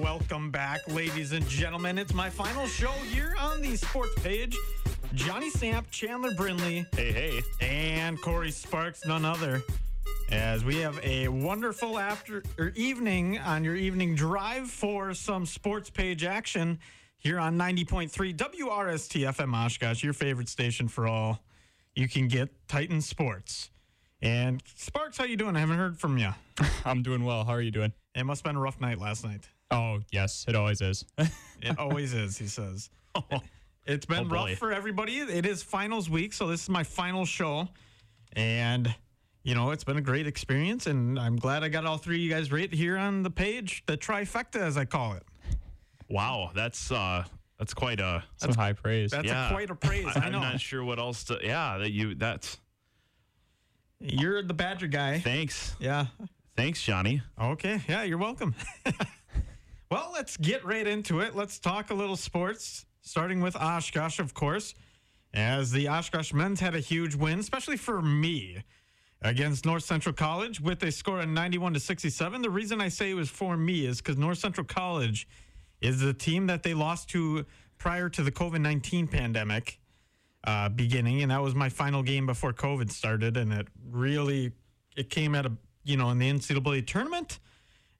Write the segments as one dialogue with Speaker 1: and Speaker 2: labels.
Speaker 1: Welcome back, ladies and gentlemen. It's my final show here on the sports page. Johnny Samp, Chandler Brindley,
Speaker 2: Hey, hey.
Speaker 1: and Corey Sparks, none other. As we have a wonderful after or evening on your evening drive for some sports page action here on 90.3 WRST FM Oshkosh, your favorite station for all you can get Titan Sports. And Sparks, how you doing? I haven't heard from you.
Speaker 2: I'm doing well. How are you doing?
Speaker 1: It must have been a rough night last night.
Speaker 2: Oh, yes. It always is.
Speaker 1: It always is, he says.
Speaker 3: Oh.
Speaker 1: It's been
Speaker 2: Oh, boy.
Speaker 1: rough for everybody. It is finals week, so this is my final show. And, you know, it's been a great experience, and I'm glad I got all three of you guys right here on the page, the trifecta, as I call it.
Speaker 3: Wow, that's uh, that's quite a.
Speaker 2: Some high praise.
Speaker 1: That's
Speaker 3: yeah.
Speaker 1: a quite a praise. I
Speaker 3: I'm
Speaker 1: know.
Speaker 3: not sure what else to. Yeah, that you. That's
Speaker 1: You're the Badger guy.
Speaker 3: thanks,
Speaker 1: yeah.
Speaker 3: thanks, Johnny.
Speaker 1: Okay. Yeah, you're welcome. well, let's get right into it. Let's talk a little sports, starting with Oshkosh, of course, as the Oshkosh men's had a huge win, especially for me, against North Central College with a score of 91 to 67. The reason I say it was for me is because North Central College is the team that they lost to prior to the COVID 19 pandemic uh, beginning, and that was my final game before COVID started, and it really it came at a you know in the NCAA tournament,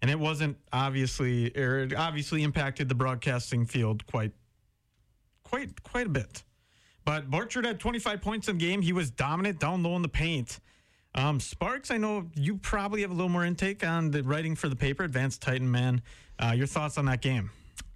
Speaker 1: and it wasn't obviously or it obviously impacted the broadcasting field quite quite quite a bit. But Borchard had 25 points in the game. He was dominant down low in the paint. Um, Sparks, I know you probably have a little more intake on the writing for the paper, Advanced Titan Man. Uh, your thoughts on that game?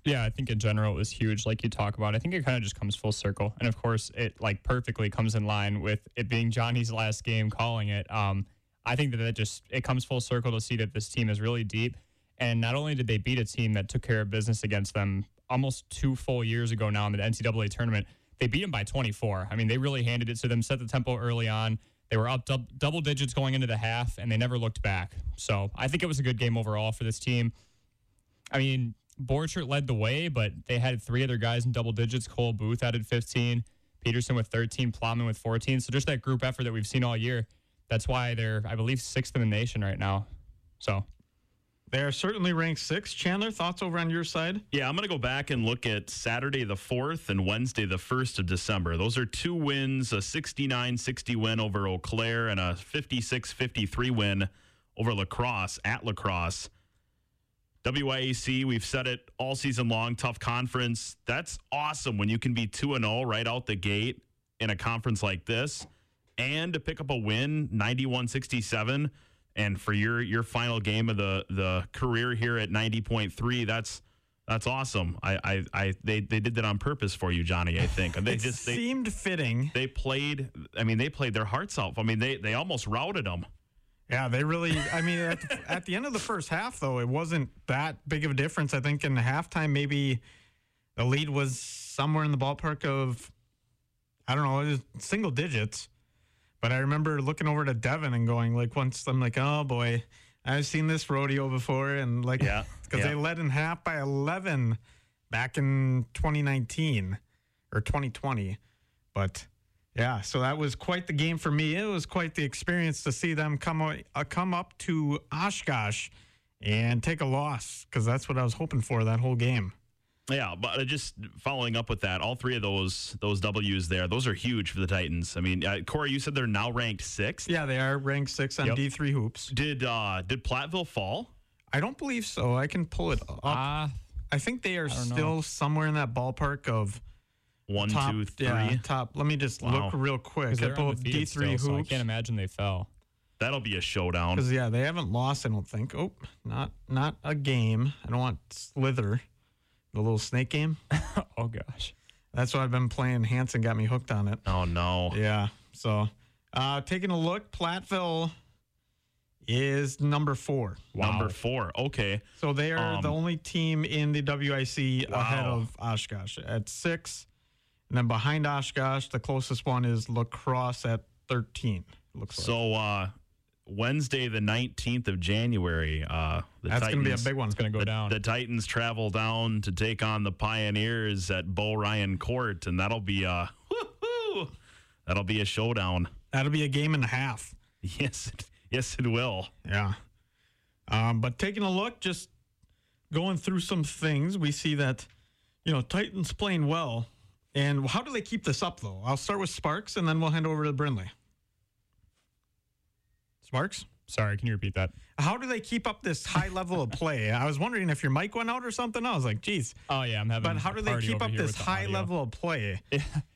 Speaker 2: yeah, I think in general it was huge, like you talk about. I think it kind of just comes full circle, and of course, it like perfectly comes in line with it being Johnny's last game calling it. Um, I think that that just it comes full circle to see that this team is really deep, and not only did they beat a team that took care of business against them almost two full years ago now in the NCAA tournament, they beat them by 24. I mean, they really handed it to them, set the tempo early on. They were up dub- double digits going into the half, and they never looked back. So I think it was a good game overall for this team. I mean, Borchert led the way, but they had three other guys in double digits. Cole Booth added 15, Peterson with 13, Plowman with 14. So just that group effort that we've seen all year. That's why they're, I believe, sixth in the nation right now. So
Speaker 1: They are certainly ranked six. Chandler, thoughts over on your side?
Speaker 3: Yeah, I'm going to go back and look at Saturday the 4th and Wednesday the 1st of December. Those are two wins a 69 60 win over Eau Claire and a 56 53 win over lacrosse at lacrosse. WIAC, we've said it all season long, tough conference. That's awesome when you can be 2 and 0 right out the gate in a conference like this and to pick up a win 91-67 and for your your final game of the the career here at 90.3, that's that's awesome. I I, I they they did that on purpose for you, Johnny, I think. They
Speaker 1: It
Speaker 3: just they,
Speaker 1: seemed fitting.
Speaker 3: they played I mean, they played their hearts out. I mean, they they almost routed them.
Speaker 1: Yeah, they really. I mean, at the, at the end of the first half, though, it wasn't that big of a difference. I think in halftime, maybe the lead was somewhere in the ballpark of, I don't know, it was single digits. But I remember looking over to Devin and going, like, once I'm like, oh boy, I've seen this rodeo before. And like,
Speaker 3: Yeah,
Speaker 1: because
Speaker 3: yeah.
Speaker 1: they led in half by 11 back in 2019 or 2020. But yeah, so that was quite the game for me. It was quite the experience to see them come o- uh, come up to Oshkosh and take a loss because that's what I was hoping for that whole game.
Speaker 3: Yeah, but uh, just following up with that, all three of those those W's there, those are huge for the Titans. I mean, uh, Corey, you said they're now ranked sixth.
Speaker 1: Yeah, they are ranked six on
Speaker 3: Yep.
Speaker 1: D3 hoops.
Speaker 3: Did uh did Platteville fall?
Speaker 1: I don't believe so. I can pull it up.
Speaker 2: ah,
Speaker 1: I think they are
Speaker 2: don't know.
Speaker 1: still somewhere in that ballpark of
Speaker 3: One,
Speaker 1: top.
Speaker 3: two, three.
Speaker 1: Yeah, top. Let me just
Speaker 3: Wow.
Speaker 1: look real quick. I
Speaker 2: they're
Speaker 1: pull up D3
Speaker 2: undefeated still,
Speaker 1: hoops.
Speaker 2: so I can't imagine they fell.
Speaker 3: That'll be a showdown.
Speaker 1: Because yeah, they haven't lost. I don't think. Oh, not not a game. I don't want Slither, the little snake game.
Speaker 2: oh gosh,
Speaker 1: That's what I've been playing. Hanson got me hooked on it.
Speaker 3: Oh no.
Speaker 1: Yeah. So, uh, taking a look, Platteville is number four.
Speaker 3: Number four. Okay.
Speaker 1: So they are
Speaker 3: Um,
Speaker 1: the only team in the WIC ahead
Speaker 3: Wow.
Speaker 1: of Oshkosh at six, and then behind Oshkosh, the closest one is Lacrosse at thirteen. Looks like.
Speaker 3: So uh Wednesday the nineteenth of January, uh the
Speaker 1: That's
Speaker 3: Titans
Speaker 1: going to be a big one.
Speaker 2: it's gonna go
Speaker 3: the,
Speaker 2: down.
Speaker 3: the Titans travel down to take on the Pioneers at Bo Ryan Court, and that'll be uh woo-hoo, that'll be a showdown.
Speaker 1: That'll be a game and a half.
Speaker 3: Yes, it, yes, it will.
Speaker 1: Yeah. Um, but taking a look, just going through some things, we see that, you know, Titans playing well. And how do they keep this up, though? I'll start with Sparks and then we'll hand over to Brindley. Sparks?
Speaker 2: Sorry, can you repeat that?
Speaker 1: How do they keep up this high level of play? I was wondering if your mic went out or something. I was like, geez.
Speaker 2: Oh yeah, I'm having.
Speaker 1: But
Speaker 2: a
Speaker 1: how do they
Speaker 2: party
Speaker 1: keep
Speaker 2: over
Speaker 1: up
Speaker 2: here
Speaker 1: this
Speaker 2: with the
Speaker 1: high
Speaker 2: audio.
Speaker 1: level of play?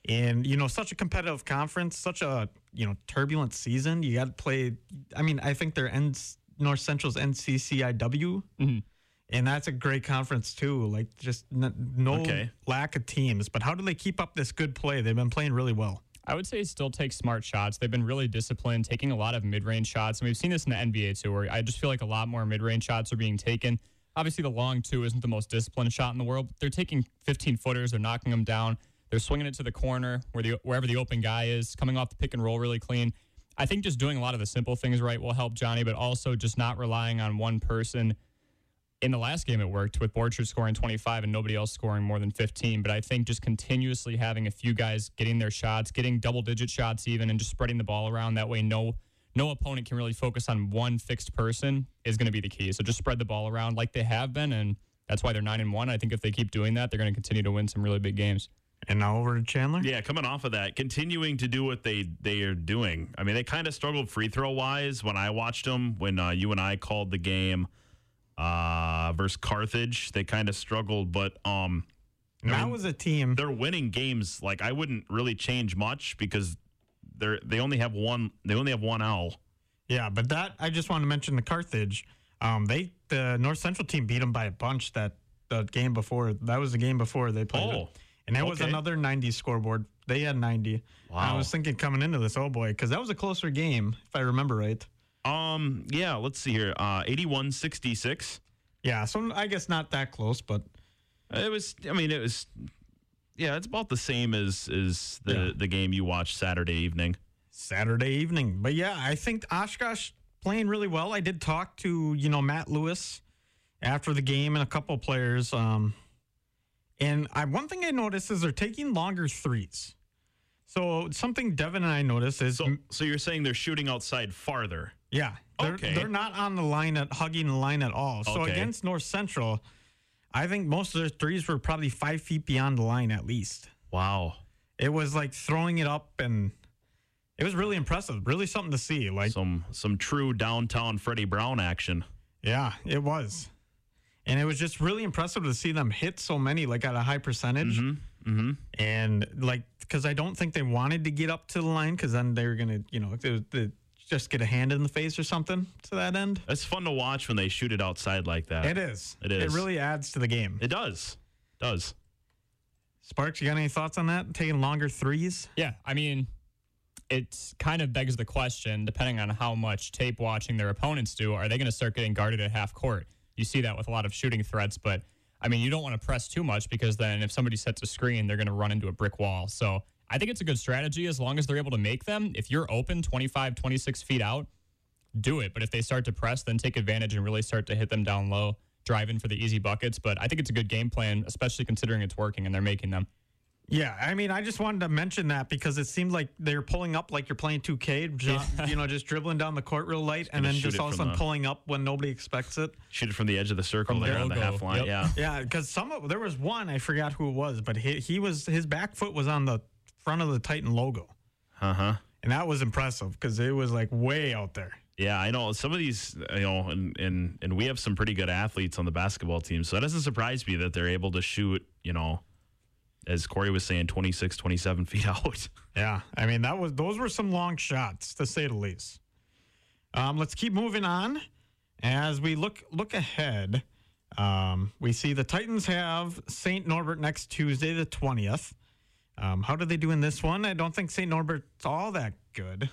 Speaker 1: And you know, such a competitive conference, such a you know turbulent season. You got to play. I mean, I think they're N- North Central's NCCIW,
Speaker 2: Mhm.
Speaker 1: and that's a great conference too. Like just n- no
Speaker 3: Okay.
Speaker 1: lack of teams. But how do they keep up this good play? They've been playing really well.
Speaker 2: I would say still take smart shots. They've been really disciplined, taking a lot of mid range shots. And we've seen this in the NBA too, where I just feel like a lot more mid range shots are being taken. Obviously, the long two isn't the most disciplined shot in the world, but they're taking 15 footers, they're knocking them down, they're swinging it to the corner where the wherever the open guy is, coming off the pick and roll really clean. I think just doing a lot of the simple things right will help Johnny, but also just not relying on one person in the last game it worked with Borchard scoring 25 and nobody else scoring more than 15 but I think just continuously having a few guys getting their shots getting double digit shots even and just spreading the ball around that way no no opponent can really focus on one fixed person is going to be the key so just spread the ball around like they have been and that's why they're 9 and 1 I think if they keep doing that they're going to continue to win some really big games
Speaker 1: And now over to Chandler.
Speaker 3: Yeah, coming off of that, continuing to do what they they are doing. I mean, they kind of struggled free throw wise when I watched them. When uh, you and I called the game uh, versus Carthage, they kind of struggled, but um,
Speaker 1: that
Speaker 3: mean,
Speaker 1: was a team.
Speaker 3: they're winning games. Like I wouldn't really change much because they're they only have one they only have one owl.
Speaker 1: Yeah, but that I just want to mention the Carthage. Um, they the North Central team beat them by a bunch that the game before. That was the game before they played.
Speaker 3: Oh,
Speaker 1: it. and that was
Speaker 3: okay.
Speaker 1: another 90 scoreboard. They had 90. I
Speaker 3: Wow.
Speaker 1: was thinking coming into this, oh boy, because that was a closer game if I remember right.
Speaker 3: Um, yeah, let's see here. Uh, eighty-one sixty-six.
Speaker 1: Yeah, so I guess not that close, but
Speaker 3: It was. I mean, it was. Yeah, it's about the same as as the
Speaker 1: Yeah.
Speaker 3: the game you watched Saturday evening.
Speaker 1: Saturday evening. But yeah, I think Oshkosh playing really well. I did talk to, you know, Matt Lewis after the game and a couple players. Um, and I, one thing I noticed is they're taking longer threes. So something Devin and I noticed is,
Speaker 3: So, so you're saying they're shooting outside farther?
Speaker 1: yeah, they're,
Speaker 3: Okay.
Speaker 1: they're not on the line at hugging the line at all. So
Speaker 3: Okay.
Speaker 1: against North Central, I think most of their threes were probably five feet beyond the line at least.
Speaker 3: Wow.
Speaker 1: It was like throwing it up and it was really impressive. Really something to see. Like
Speaker 3: Some some true downtown Freddie Brown action.
Speaker 1: Yeah, it was. And it was just really impressive to see them hit so many, like at a high percentage.
Speaker 3: Mm-hmm.
Speaker 1: And like, because I don't think they wanted to get up to the line because then they were going to, you know, they, they just get a hand in the face or something to that end.
Speaker 3: It's fun to watch when they shoot it outside like that.
Speaker 1: It is.
Speaker 3: It is.
Speaker 1: It really adds to the game.
Speaker 3: It does. Does.
Speaker 1: Sparks, you got any thoughts on that? Taking longer threes?
Speaker 2: Yeah, I mean, it kind of begs the question, depending on how much tape watching their opponents do, are they going to start getting guarded at half court? You see that with a lot of shooting threats, but I mean, you don't want to press too much because then if somebody sets a screen, they're going to run into a brick wall. So I think it's a good strategy as long as they're able to make them. If you're open 25, 26 feet out, do it. But if they start to press, then take advantage and really start to hit them down low, drive in for the easy buckets. But I think it's a good game plan, especially considering it's working and they're making them.
Speaker 1: Yeah, I mean, I just wanted to mention that because it seemed like they were pulling up like you're playing 2K, ju- you know, just dribbling down the court real light and
Speaker 3: gonna
Speaker 1: then
Speaker 3: shoot
Speaker 1: just
Speaker 3: it
Speaker 1: all of a
Speaker 3: from
Speaker 1: sudden
Speaker 3: the-
Speaker 1: pulling up when nobody expects it.
Speaker 3: Shoot it from the edge of the circle
Speaker 2: From
Speaker 3: there
Speaker 2: the
Speaker 3: on the
Speaker 2: logo.
Speaker 3: half line.
Speaker 2: Yep.
Speaker 3: Yeah.
Speaker 1: Yeah, because some of, there was one I forgot who it was, but he, he was his back foot was on the front of the Titan logo,
Speaker 3: Uh huh.
Speaker 1: and that was impressive because it was like way out there.
Speaker 3: Yeah, I know some of these, you know, and, and and we have some pretty good athletes on the basketball team. So that doesn't surprise me that they're able to shoot, you know, as Corey was saying, 26, 27 feet out.
Speaker 1: Yeah, I mean that was those were some long shots to say the least. Um, let's keep moving on as we look look ahead. Um, we see the Titans have Saint Norbert next Tuesday, the twentieth. Um, how did they do in this one? I don't think Saint Norbert's all that good.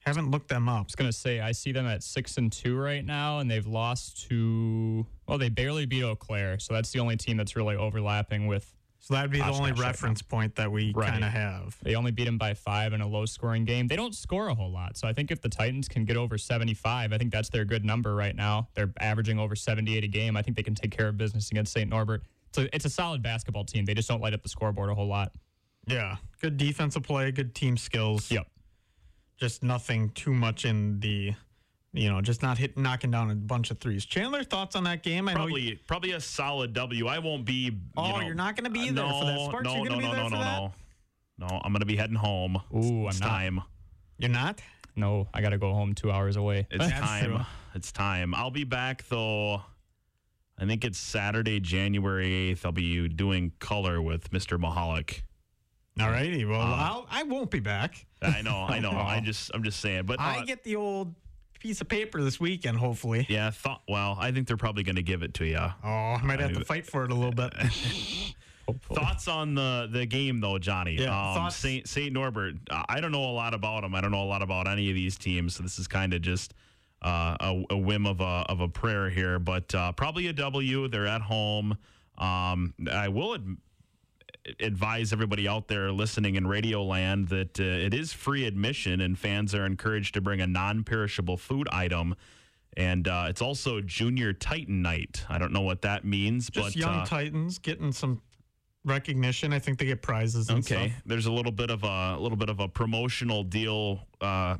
Speaker 1: Haven't looked them up.
Speaker 2: was gonna say I see them at six and two right now, and they've lost to well, they barely beat Eau Claire, so that's the only team that's really overlapping with.
Speaker 1: So that'd be the
Speaker 2: Oshkosh
Speaker 1: only
Speaker 2: right now.
Speaker 1: reference point that we
Speaker 2: Right.
Speaker 1: kind of have.
Speaker 2: They only beat them by five in a low scoring game. They don't score a whole lot, so I think if the Titans can get over seventy five, I think that's their good number right now. They're averaging over seventy eight a game. I think they can take care of business against Saint Norbert. So it's a solid basketball team. They just don't light up the scoreboard a whole lot.
Speaker 1: Yeah. Good defensive play, good team skills.
Speaker 2: Yep.
Speaker 1: Just nothing too much in the you know, just not hit knocking down a bunch of threes. Chandler, thoughts on that game? I know
Speaker 3: Probably,
Speaker 1: you,
Speaker 3: probably a solid W. I won't be. You
Speaker 1: Oh,
Speaker 3: know,
Speaker 1: you're not gonna be
Speaker 3: uh,
Speaker 1: there
Speaker 3: no,
Speaker 1: for that. Sparks,
Speaker 3: no,
Speaker 1: you're gonna be
Speaker 3: no, no,
Speaker 1: there
Speaker 3: no,
Speaker 1: for
Speaker 3: no,
Speaker 1: that?
Speaker 3: no, no. I'm gonna be heading home.
Speaker 2: Ooh,
Speaker 3: it's
Speaker 2: I'm not.
Speaker 3: time.
Speaker 1: you're not.
Speaker 2: No, I got to go home two hours away.
Speaker 3: It's
Speaker 1: That's
Speaker 3: time.
Speaker 1: true.
Speaker 3: It's time. I'll be back though. I think it's Saturday, January 8th. I'll be doing color with Mr. Mahalik.
Speaker 1: All righty. Well,
Speaker 3: Uh-huh.
Speaker 1: I'll, I won't be back.
Speaker 3: I know, I know. I just, I'm just saying. But
Speaker 1: I
Speaker 3: uh,
Speaker 1: get the old piece of paper this weekend, hopefully.
Speaker 3: yeah, thought. Well, I think they're probably going to give it to you.
Speaker 1: Oh, I might have to fight for it a little bit.
Speaker 2: Hopefully.
Speaker 3: Thoughts on the the game though, Johnny? Um,
Speaker 1: Yeah, thoughts?
Speaker 3: Saint Saint Norbert. uh, I don't know a lot about them. I don't know a lot about any of these teams. So this is kind of just uh, a, a whim of a of a prayer here, but uh, probably a W. They're at home. Um, I will ad- advise everybody out there listening in Radio Land that uh, it is free admission, and fans are encouraged to bring a non-perishable food item. And uh, it's also Junior Titan Night. I don't know what that means,
Speaker 1: Just
Speaker 3: but
Speaker 1: young
Speaker 3: uh,
Speaker 1: Titans getting some recognition. I think they get prizes and
Speaker 3: Okay,
Speaker 1: stuff.
Speaker 3: there's a little bit of a, a little bit of a promotional deal uh,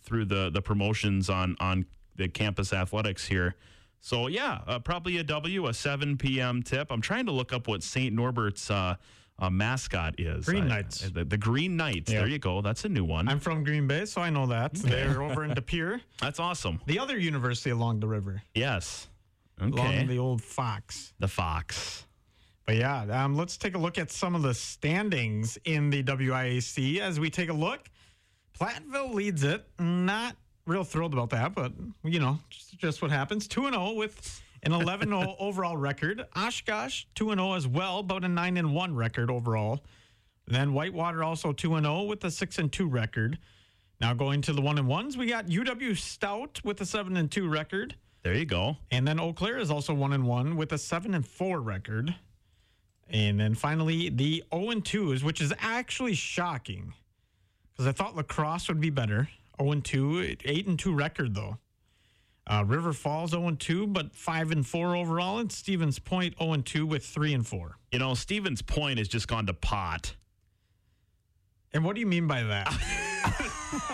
Speaker 3: through the the promotions on on the campus athletics here. So yeah, uh, probably a W, a 7 p.m. tip. I'm trying to look up what St. Norbert's uh, uh, mascot is.
Speaker 1: Green
Speaker 3: I-
Speaker 1: Knights.
Speaker 3: the, the Green Knights.
Speaker 2: Yeah.
Speaker 3: There you go. That's a new one.
Speaker 1: I'm from Green Bay, so I know that. They're over in De Pere,
Speaker 3: That's awesome.
Speaker 1: the other university along the river,
Speaker 3: Yes.
Speaker 1: along
Speaker 3: Okay.
Speaker 1: the old Fox.
Speaker 3: the Fox.
Speaker 1: But yeah, um, let's take a look at some of the standings in the WIAC as we take a look. Platteville leads it. Not real thrilled about that, but you know, just, just what happens. 2 and 0 with an 11 0 overall record. Oshkosh 2 and 0 as well, but a 9 and 1 record overall. Then Whitewater also 2 and 0 with a 6 and 2 record. Now going to the 1 and 1s, we got UW Stout with a 7 and 2 record.
Speaker 3: There you go.
Speaker 1: And then Eau Claire is also one and one with a seven and four record. And then finally the 0 and twos, which is actually shocking. Because I thought lacrosse would be better. 0 and 2, 8 and 2 record though. Uh, River Falls 0 and 2, but 5 and 4 overall, and Stevens Point 0 and 2 with 3 and 4.
Speaker 3: You know, Stevens Point has just gone to pot.
Speaker 1: And what do you mean by that?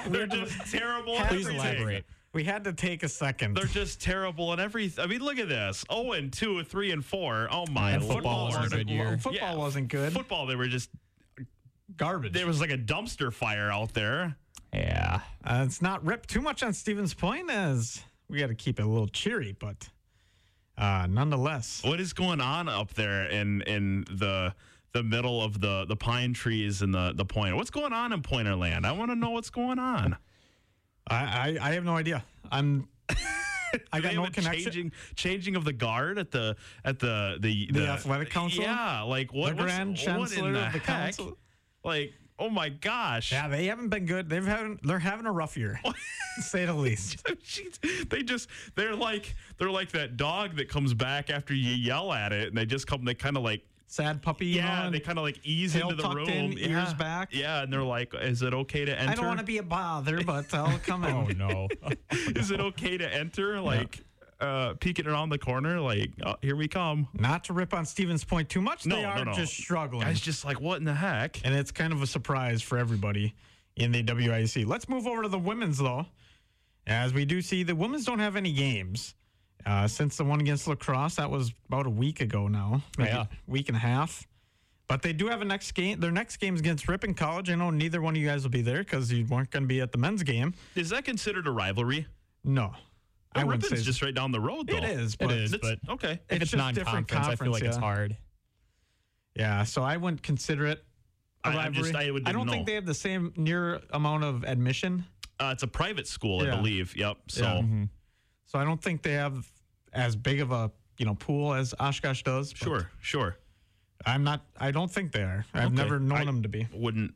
Speaker 1: we,
Speaker 3: They're
Speaker 1: had to,
Speaker 3: just terrible. at
Speaker 2: Please
Speaker 3: everything.
Speaker 2: elaborate.
Speaker 1: we had to take a second.
Speaker 3: They're just terrible at every. I mean, look at this. Oh, and two, three, and four. Oh my
Speaker 2: And
Speaker 3: football
Speaker 2: football
Speaker 3: lord.
Speaker 2: wasn't good year.
Speaker 1: Football
Speaker 3: Yeah.
Speaker 1: wasn't good.
Speaker 3: Football, they were just.
Speaker 1: Garbage.
Speaker 3: There was like a dumpster fire out there.
Speaker 2: Yeah.
Speaker 1: Uh, it's not ripped too much on Stevens Point as we got to keep it a little cheery, but uh, nonetheless,
Speaker 3: What is going on up there in in the the middle of the the pine trees and the the pointer? What's going on in Pointer Land? I want to know what's going on.
Speaker 1: I, I, I have no idea. I'm I
Speaker 3: Do
Speaker 1: got
Speaker 3: they
Speaker 1: no
Speaker 3: have a
Speaker 1: connection.
Speaker 3: Changing, changing of the guard at the at the the,
Speaker 1: The athletic council?
Speaker 3: Yeah, like what?
Speaker 1: the
Speaker 3: what's-
Speaker 1: Grand
Speaker 3: what in
Speaker 1: Chancellor
Speaker 3: the
Speaker 1: of the
Speaker 3: heck?
Speaker 1: Council.
Speaker 3: Like, oh my gosh.
Speaker 1: Yeah, they haven't been good. They've haven't. They're having a rough year, to say the least.
Speaker 3: Jeez, they just they're like they're like that dog that comes back after you yell at it and they just come they kind of like
Speaker 1: Sad puppy. you know,
Speaker 3: yeah
Speaker 1: and
Speaker 3: they kind of like ease
Speaker 1: tail
Speaker 3: into the
Speaker 1: tucked
Speaker 3: room
Speaker 1: in,
Speaker 3: yeah.
Speaker 1: ears back.
Speaker 3: yeah and they're like is it okay to enter
Speaker 1: I don't want to be a bother, but I'll come in.
Speaker 2: Oh no.
Speaker 3: is it okay to enter like uh peeking around the corner like oh, here we come
Speaker 1: Not to rip on Stevens Point too much.
Speaker 3: No,
Speaker 1: they
Speaker 3: no,
Speaker 1: are
Speaker 3: no.
Speaker 1: just struggling.
Speaker 3: guys just like what in the heck
Speaker 1: and it's kind of a surprise for everybody in the WIC. Let's move over to the women's though, as we do see the women's don't have any games uh, since the one against lacrosse that was about a week ago now, maybe
Speaker 2: Yeah.
Speaker 1: a week and a half. But they do have a next game. Their next game's against Ripon College. I know neither one of you guys will be there because you weren't going to be at the men's game.
Speaker 3: is that considered a rivalry
Speaker 1: No, I
Speaker 3: Well,
Speaker 1: wouldn't say
Speaker 3: Rippon's just right down the road though
Speaker 1: it is,
Speaker 2: it
Speaker 1: but
Speaker 2: is,
Speaker 3: It's-
Speaker 2: but
Speaker 3: okay
Speaker 1: it's
Speaker 2: if it's,
Speaker 1: just different
Speaker 2: non-conference, I
Speaker 1: conference,
Speaker 2: feel like it's
Speaker 1: yeah.
Speaker 2: hard.
Speaker 1: yeah. So I wouldn't consider it. a
Speaker 3: I- I'm just-
Speaker 1: rivalry.
Speaker 3: I would-
Speaker 1: don't
Speaker 3: no.
Speaker 1: think they have the same near amount of admission.
Speaker 3: uh, it's a private school
Speaker 1: Yeah.
Speaker 3: i believe yep so
Speaker 1: Yeah.
Speaker 2: Mhm.
Speaker 1: So I don't think they have as big of a you know pool as Oshkosh does. but
Speaker 3: sure sure
Speaker 1: I'm not. I don't think they are. I've
Speaker 3: Okay.
Speaker 1: never known
Speaker 3: I-
Speaker 1: them to be.
Speaker 3: wouldn't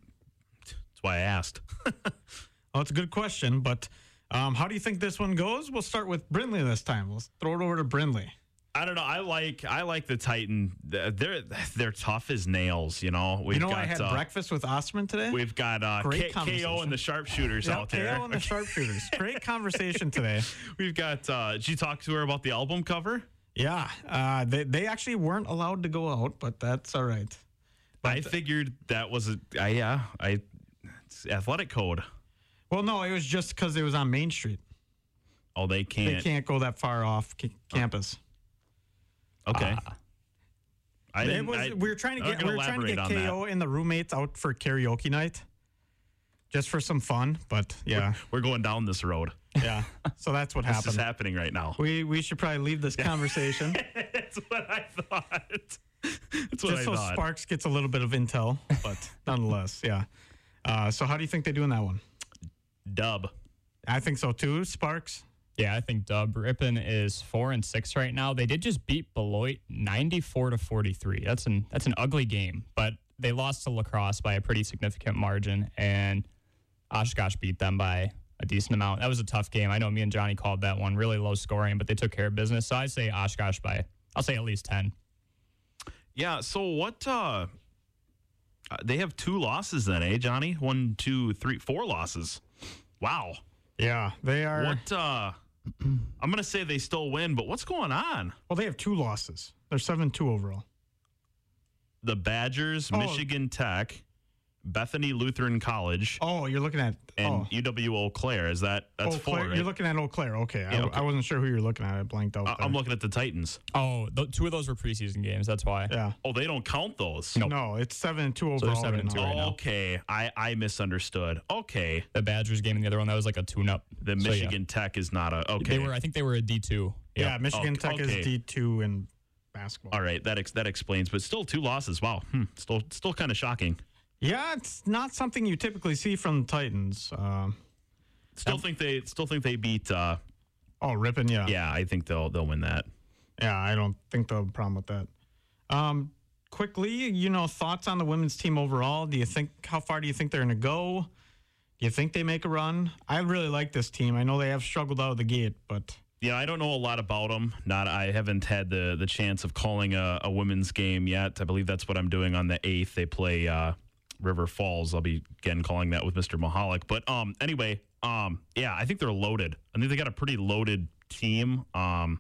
Speaker 3: that's why i asked
Speaker 1: Well, it's a good question, but um, how do you think this one goes? We'll start with Brindley this time. Let's throw it over to Brindley.
Speaker 3: I don't know. I like I like the Titan. They're they're tough as nails. You know. We've
Speaker 1: you know,
Speaker 3: got,
Speaker 1: I had
Speaker 3: uh,
Speaker 1: breakfast with Osman today.
Speaker 3: We've got uh,
Speaker 1: Great
Speaker 3: K- KO
Speaker 1: conversation.
Speaker 3: and the sharpshooters
Speaker 1: Yep,
Speaker 3: out there.
Speaker 1: KO and the sharpshooters. Great conversation today.
Speaker 3: We've got. Uh, did you talk to her about the album cover?
Speaker 1: Yeah, uh, they they actually weren't allowed to go out, but that's all right.
Speaker 3: I figured that was a I yeah. I it's athletic code.
Speaker 1: Well, no, it was just because it was on Main Street.
Speaker 3: Oh, they can't.
Speaker 1: They can't go that far off ca- campus.
Speaker 3: Okay. I
Speaker 1: Ah. It
Speaker 3: didn't,
Speaker 1: was-
Speaker 3: I-
Speaker 1: we were trying to
Speaker 3: I'm not
Speaker 1: get we
Speaker 3: gonna
Speaker 1: were trying to
Speaker 3: elaborate
Speaker 1: get
Speaker 3: on
Speaker 1: KO
Speaker 3: that.
Speaker 1: and the roommates out for karaoke night, just for some fun. But yeah,
Speaker 3: We're going down this road.
Speaker 1: yeah. So that's what
Speaker 3: This is
Speaker 1: happened.
Speaker 3: happening right now.
Speaker 1: We we should probably leave this conversation
Speaker 3: That's what I thought. That's what
Speaker 1: just
Speaker 3: I
Speaker 1: so
Speaker 3: thought.
Speaker 1: Sparks gets a little bit of intel, but nonetheless, yeah. Uh, so how do you think they do in that one?
Speaker 3: Dub.
Speaker 1: I think so too. Sparks.
Speaker 2: Yeah, I think Dub Ripon is four and six right now. They did just beat Beloit ninety four to forty three. That's an that's an ugly game, but they lost to lacrosse by a pretty significant margin and Oshkosh beat them by a decent amount. That was a tough game. I know me and Johnny called that one really low scoring, but they took care of business. So I say Oshkosh by I'll say at least ten.
Speaker 3: Yeah. So what? uh uh, They have two losses then, eh, Johnny? One, two, three, four losses. Wow.
Speaker 1: Yeah, they are.
Speaker 3: What? uh I'm gonna say they still win, but what's going on?
Speaker 1: Well, they have two losses. They're seven two overall.
Speaker 3: The Badgers,
Speaker 1: Oh.
Speaker 3: Michigan Tech, Bethany Lutheran College,
Speaker 1: Oh, you're looking at oh,
Speaker 3: and UW Eau Claire. Is that that's
Speaker 1: Eau
Speaker 3: four?
Speaker 1: Claire.
Speaker 3: right?
Speaker 1: You're looking at Eau Claire. Okay, I,
Speaker 3: Yeah, okay.
Speaker 1: I wasn't sure who you're looking at. I blanked out.
Speaker 3: I-
Speaker 1: there.
Speaker 3: I'm looking at the Titans.
Speaker 2: Oh, th- two of those were preseason games. That's why.
Speaker 1: Yeah.
Speaker 3: Oh, they don't count those.
Speaker 2: Nope.
Speaker 1: No, it's seven and two
Speaker 2: they're
Speaker 1: overall.
Speaker 2: seven
Speaker 1: right
Speaker 2: and two
Speaker 1: now.
Speaker 2: right now.
Speaker 3: Okay, I I misunderstood. Okay,
Speaker 2: The Badgers game and the other one that was like a tune up.
Speaker 3: the Michigan Tech is not a
Speaker 2: They
Speaker 3: okay.
Speaker 2: were I think they were a D two.
Speaker 1: Yeah, Michigan
Speaker 3: Okay.
Speaker 1: Tech
Speaker 3: Okay.
Speaker 1: is D two in basketball.
Speaker 3: All right, that ex- that explains. But still, two losses. Wow, hmm. still still kind of shocking.
Speaker 1: Yeah, it's not something you typically see from the Titans. Um,
Speaker 3: Still think they still think they beat. uh
Speaker 1: oh, ripping. Yeah.
Speaker 3: Yeah, I think they'll they'll win that.
Speaker 1: Yeah, I don't think they'll have a problem with that. Um, quickly, you know, thoughts on the women's team overall? Do you think how far do you think they're going to go? Do you think they make a run? I really like this team. I know they have struggled out of the gate, but
Speaker 3: Yeah, I don't know a lot about them. Not I haven't had the the chance of calling a, a women's game yet. I believe that's what I'm doing on the eighth. They play uh, River Falls. I'll be again calling that with Mr. Mahalik. But um, anyway, um, yeah, I think they're loaded. I think they got a pretty loaded team. Um,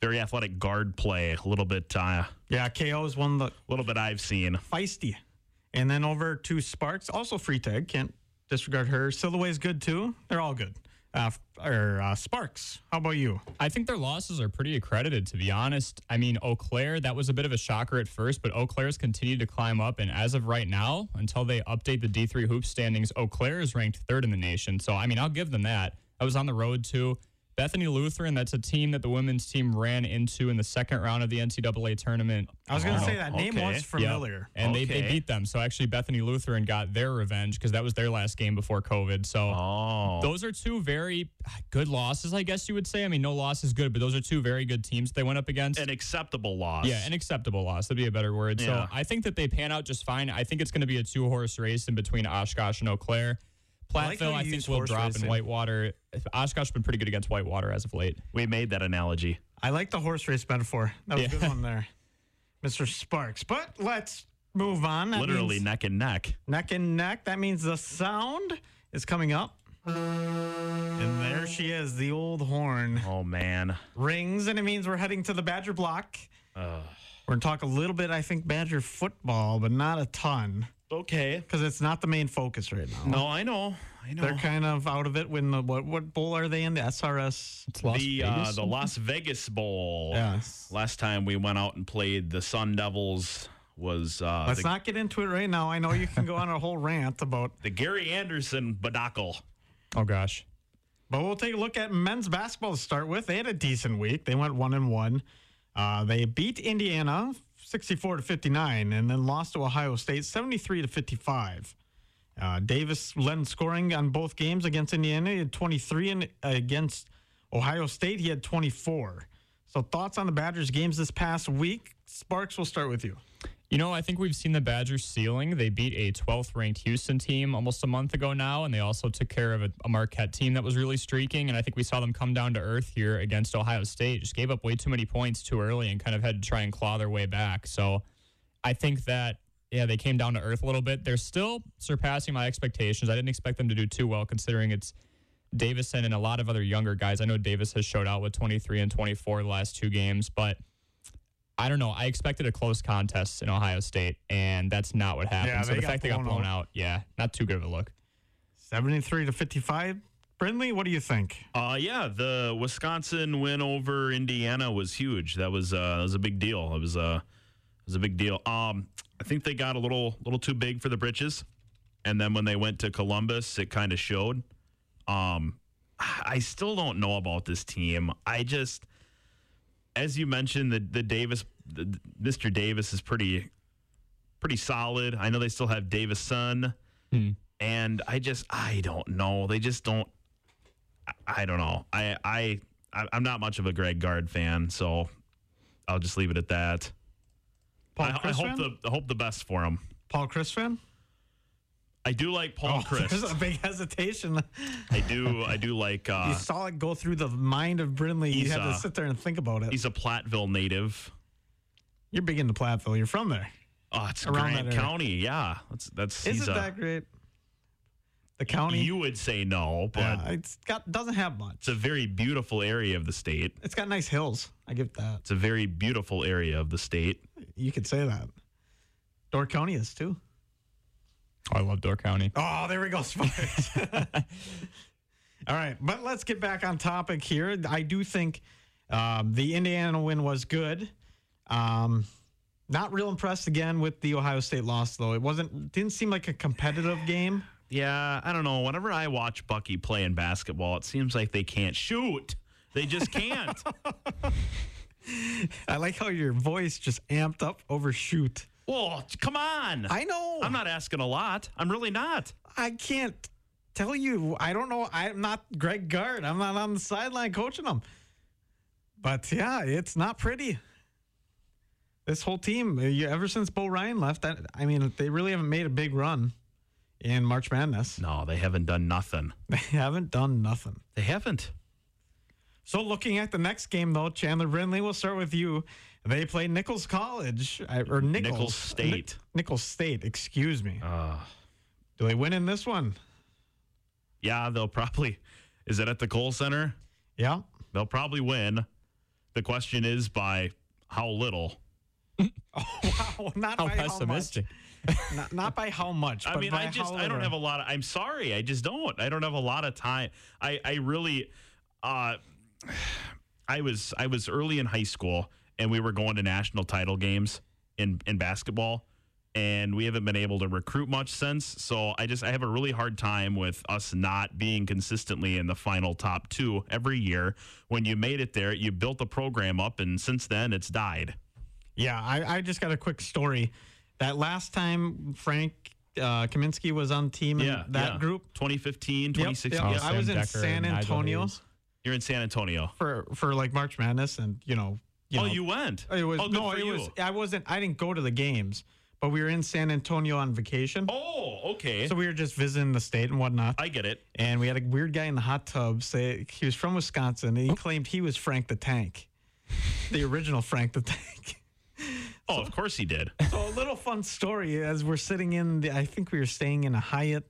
Speaker 3: very athletic guard play. A little bit, uh,
Speaker 1: yeah, KO is one of
Speaker 3: little bit I've seen.
Speaker 1: the feisty. And then over to Sparks, also free tag. Can't disregard her. Silhouette's good too. They're all good. Uh, f- or uh, Sparks, how about you?
Speaker 2: I think their losses are pretty accredited, to be honest. I mean, Eau Claire, that was a bit of a shocker at first, but Eau Claire's continued to climb up. And as of right now, until they update the D3 hoop standings, Eau Claire is ranked third in the nation. So, I mean, I'll give them that. I was on the road to Bethany Lutheran. That's a team that the women's team ran into in the second round of the NCAA tournament. Um,
Speaker 1: I was going to
Speaker 3: Oh,
Speaker 1: say that name
Speaker 3: okay.
Speaker 1: was
Speaker 2: Yeah.
Speaker 1: familiar.
Speaker 2: And they, they
Speaker 3: Okay.
Speaker 2: beat them. So, actually, Bethany Lutheran got their revenge because that was their last game before COVID. So,
Speaker 3: Oh,
Speaker 2: those are two very good losses, I guess you would say. I mean, no loss is good, but those are two very good teams they went up against.
Speaker 3: an acceptable loss.
Speaker 2: yeah, an acceptable loss. That'd be a better word.
Speaker 3: Yeah.
Speaker 2: So I think that they pan out just fine. I think it's going to be a two horse race in between Oshkosh and Eau Claire.
Speaker 1: I like how
Speaker 2: Platteville,
Speaker 1: you
Speaker 2: I
Speaker 1: use
Speaker 2: think, will
Speaker 1: horse
Speaker 2: drop
Speaker 1: racing.
Speaker 2: in Whitewater. Oshkosh's been pretty good against Whitewater as of late.
Speaker 3: we made that analogy.
Speaker 1: I like the horse race metaphor. That was a good one there, Mr. Sparks. But let's move on. That
Speaker 3: Literally
Speaker 1: means
Speaker 3: neck and neck.
Speaker 1: neck and neck. That means the sound is coming up. And there she is, the old horn
Speaker 3: Oh man.
Speaker 1: rings, and it means we're heading to the Badger block.
Speaker 3: Ugh.
Speaker 1: We're going to talk a little bit, I think, Badger football, but not a ton
Speaker 3: okay.
Speaker 1: because it's not the main focus right now.
Speaker 3: No, I know. I know.
Speaker 1: They're kind of out of it when the what what bowl are they in? The SRS.
Speaker 2: It's Las
Speaker 3: the uh,
Speaker 2: Vegas?
Speaker 3: the Las Vegas Bowl.
Speaker 1: Yes.
Speaker 3: Last time we went out and played the Sun Devils was uh,
Speaker 1: Let's
Speaker 3: the,
Speaker 1: not get into it right now. I know you can go on a whole rant about
Speaker 3: the Gary Anderson Badackle.
Speaker 2: oh, gosh.
Speaker 1: But we'll take a look at men's basketball to start with. They had a decent week. They went one and one. Uh, they beat Indiana 64 to 59, and then lost to Ohio State 73 to 55. Uh, Davis led in scoring on both games against Indiana. He had 23, and against Ohio State he had 24. So thoughts on the Badgers games this past week? Sparks, we'll start with you.
Speaker 2: You know, I think we've seen the Badgers ceiling. They beat a 12th ranked Houston team almost a month ago now, and they also took care of a, a Marquette team that was really streaking. And I think we saw them come down to earth here against Ohio State. Just gave up way too many points too early and kind of had to try and claw their way back. So I think that, yeah, they came down to earth a little bit. They're still surpassing my expectations. I didn't expect them to do too well considering it's Davison and a lot of other younger guys. I know Davis has showed out with 23 and 24 the last two games, but. I don't know. I expected a close contest in Ohio State, and that's not what happened.
Speaker 1: Yeah,
Speaker 2: so
Speaker 1: they
Speaker 2: the
Speaker 1: got
Speaker 2: fact they got
Speaker 1: blown
Speaker 2: blown out. yeah, not too good of a look.
Speaker 1: 73 to 55. Brindley, what do you think?
Speaker 3: Uh, yeah, the Wisconsin win over Indiana was huge. That was uh, that was a big deal. It was uh, it was a big deal. Um, I think they got a little little too big for the britches, and then when they went to Columbus, it kind of showed. Um, I still don't know about this team. I just, as you mentioned, the the Davis, the, Mr. Davis is pretty pretty solid. I know they still have Davis son.
Speaker 2: Hmm.
Speaker 3: And I just I don't know. They just don't I don't know. I I I- I'm not much of a Greg Gard fan, so I'll just leave it at that.
Speaker 1: Paul
Speaker 3: I, I
Speaker 1: Chris
Speaker 3: hope
Speaker 1: fan?
Speaker 3: the I hope the best for him.
Speaker 1: Paul Chris fan?
Speaker 3: I do like
Speaker 1: Oh.
Speaker 3: Paul Chris.
Speaker 1: There's a big hesitation.
Speaker 3: I do I do like
Speaker 1: you
Speaker 3: uh,
Speaker 1: saw it go through the mind of Brindley. You
Speaker 3: he's,
Speaker 1: had to
Speaker 3: uh,
Speaker 1: sit there and think about it.
Speaker 3: he's a Platteville native.
Speaker 1: You're big into Platteville. You're from there.
Speaker 3: Oh, it's
Speaker 1: Around
Speaker 3: Grant
Speaker 1: that area.
Speaker 3: County. Yeah, that's that's
Speaker 1: Is
Speaker 3: he's
Speaker 1: it
Speaker 3: a-
Speaker 1: that great? The county
Speaker 3: you would say no, but
Speaker 1: Yeah, it's got doesn't have much.
Speaker 3: it's a very beautiful area of the state.
Speaker 1: It's got nice hills. I get that.
Speaker 3: It's a very beautiful area of the state.
Speaker 1: You could say that. Door County is too.
Speaker 2: Oh, I love Door County.
Speaker 1: Oh, there we go, Sparks. All right, but let's get back on topic here. I do think um, the Indiana win was good. Um, not real impressed again with the Ohio State loss though. It wasn't didn't seem like a competitive game.
Speaker 3: Yeah, I don't know. Whenever I watch Bucky playing basketball, it seems like they can't shoot. They just can't.
Speaker 1: I like how your voice just amped up over shoot.
Speaker 3: well, come on.
Speaker 1: I know.
Speaker 3: I'm not asking a lot. I'm really not.
Speaker 1: I can't tell you. I don't know. I'm not Greg Gard. I'm not on the sideline coaching them. But yeah, it's not pretty. This whole team, uh, you- ever since Bo Ryan left, that I mean, they really haven't made a big run in March Madness.
Speaker 3: No, they haven't done nothing.
Speaker 1: They haven't done nothing.
Speaker 3: They haven't.
Speaker 1: So looking at the next game, though, Chandler Brindley, we'll start with you. They play Nichols College I- or Nichols,
Speaker 3: Nichols State.
Speaker 1: Ni- Nichols State, excuse me.
Speaker 3: Uh,
Speaker 1: Do they win in this one?
Speaker 3: yeah, they'll probably. Is it at the Cole Center?
Speaker 1: Yeah.
Speaker 3: They'll probably win. The question is by how little.
Speaker 1: Oh, wow. Not
Speaker 2: How
Speaker 1: by much.
Speaker 2: pessimistic.
Speaker 1: not, not by how much.
Speaker 3: I
Speaker 1: but
Speaker 3: mean,
Speaker 1: by
Speaker 3: I just
Speaker 1: how
Speaker 3: I don't
Speaker 1: little.
Speaker 3: have a lot of I'm sorry, I just don't. I don't have a lot of time. I I really uh I was I was early in high school and we were going to national title games in in basketball and we haven't been able to recruit much since. So I just I have a really hard time with us not being consistently in the final top 2 every year. When you made it there, you built the program up and since then it's died.
Speaker 1: Yeah, I, I just got a quick story. That last time Frank uh, Kaminsky was on team in that
Speaker 3: yeah.
Speaker 1: group.
Speaker 3: 2015, 2016.
Speaker 1: Yeah,
Speaker 2: Oh,
Speaker 1: yep. I was
Speaker 2: Sam
Speaker 1: in
Speaker 2: Decker
Speaker 1: San
Speaker 2: and Nigel
Speaker 1: Antonio.
Speaker 2: Hayes.
Speaker 3: You're in San Antonio.
Speaker 1: For for like March Madness, and you know, you
Speaker 3: oh,
Speaker 1: know,
Speaker 3: you went.
Speaker 1: it was
Speaker 3: oh, good
Speaker 1: no,
Speaker 3: for
Speaker 1: it
Speaker 3: you.
Speaker 1: was I wasn't I didn't go to the games, but we were in San Antonio on vacation,
Speaker 3: Oh, okay.
Speaker 1: so we were just visiting the state and whatnot.
Speaker 3: I get it.
Speaker 1: and we had a weird guy in the hot tub say he was from Wisconsin,
Speaker 3: Oh.
Speaker 1: and he claimed he was Frank the Tank, the original Frank the Tank.
Speaker 3: Oh, of course he did.
Speaker 1: So a little fun story as we're sitting in the I think we were staying in a Hyatt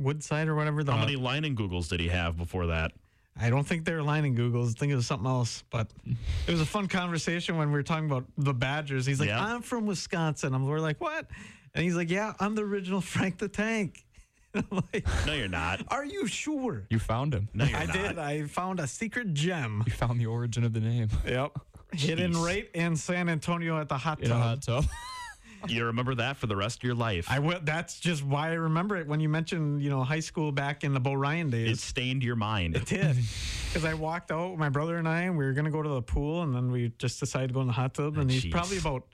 Speaker 1: Woodside or whatever the
Speaker 3: How many lining Googles did he have before that?
Speaker 1: I don't think they were lining Googles. I think it was something else, but it was a fun conversation when we were talking about the Badgers. He's like,
Speaker 3: Yeah.
Speaker 1: I'm from Wisconsin. And we're like, what? And he's like, Yeah, I'm the original Frank the Tank. And I'm like,
Speaker 3: No, you're not.
Speaker 1: Are you sure?
Speaker 2: You found him.
Speaker 3: No, you're
Speaker 1: I
Speaker 3: not.
Speaker 1: did. I found a secret gem.
Speaker 2: You found the origin of the name
Speaker 1: Yep. Hidden
Speaker 3: Jeez.
Speaker 1: right in San Antonio at the hot
Speaker 2: in a
Speaker 1: tub.
Speaker 2: hot tub.
Speaker 3: You remember that for the rest of your life.
Speaker 1: I will. That's just why I remember it when you mentioned, you know, high school back in the Bo Ryan days.
Speaker 3: it stained your mind.
Speaker 1: It did. Because I walked out, with my brother and I, and we were going to go to the pool, and then we just decided to go in the hot tub. And he's
Speaker 3: Oh, jeez.
Speaker 1: probably about,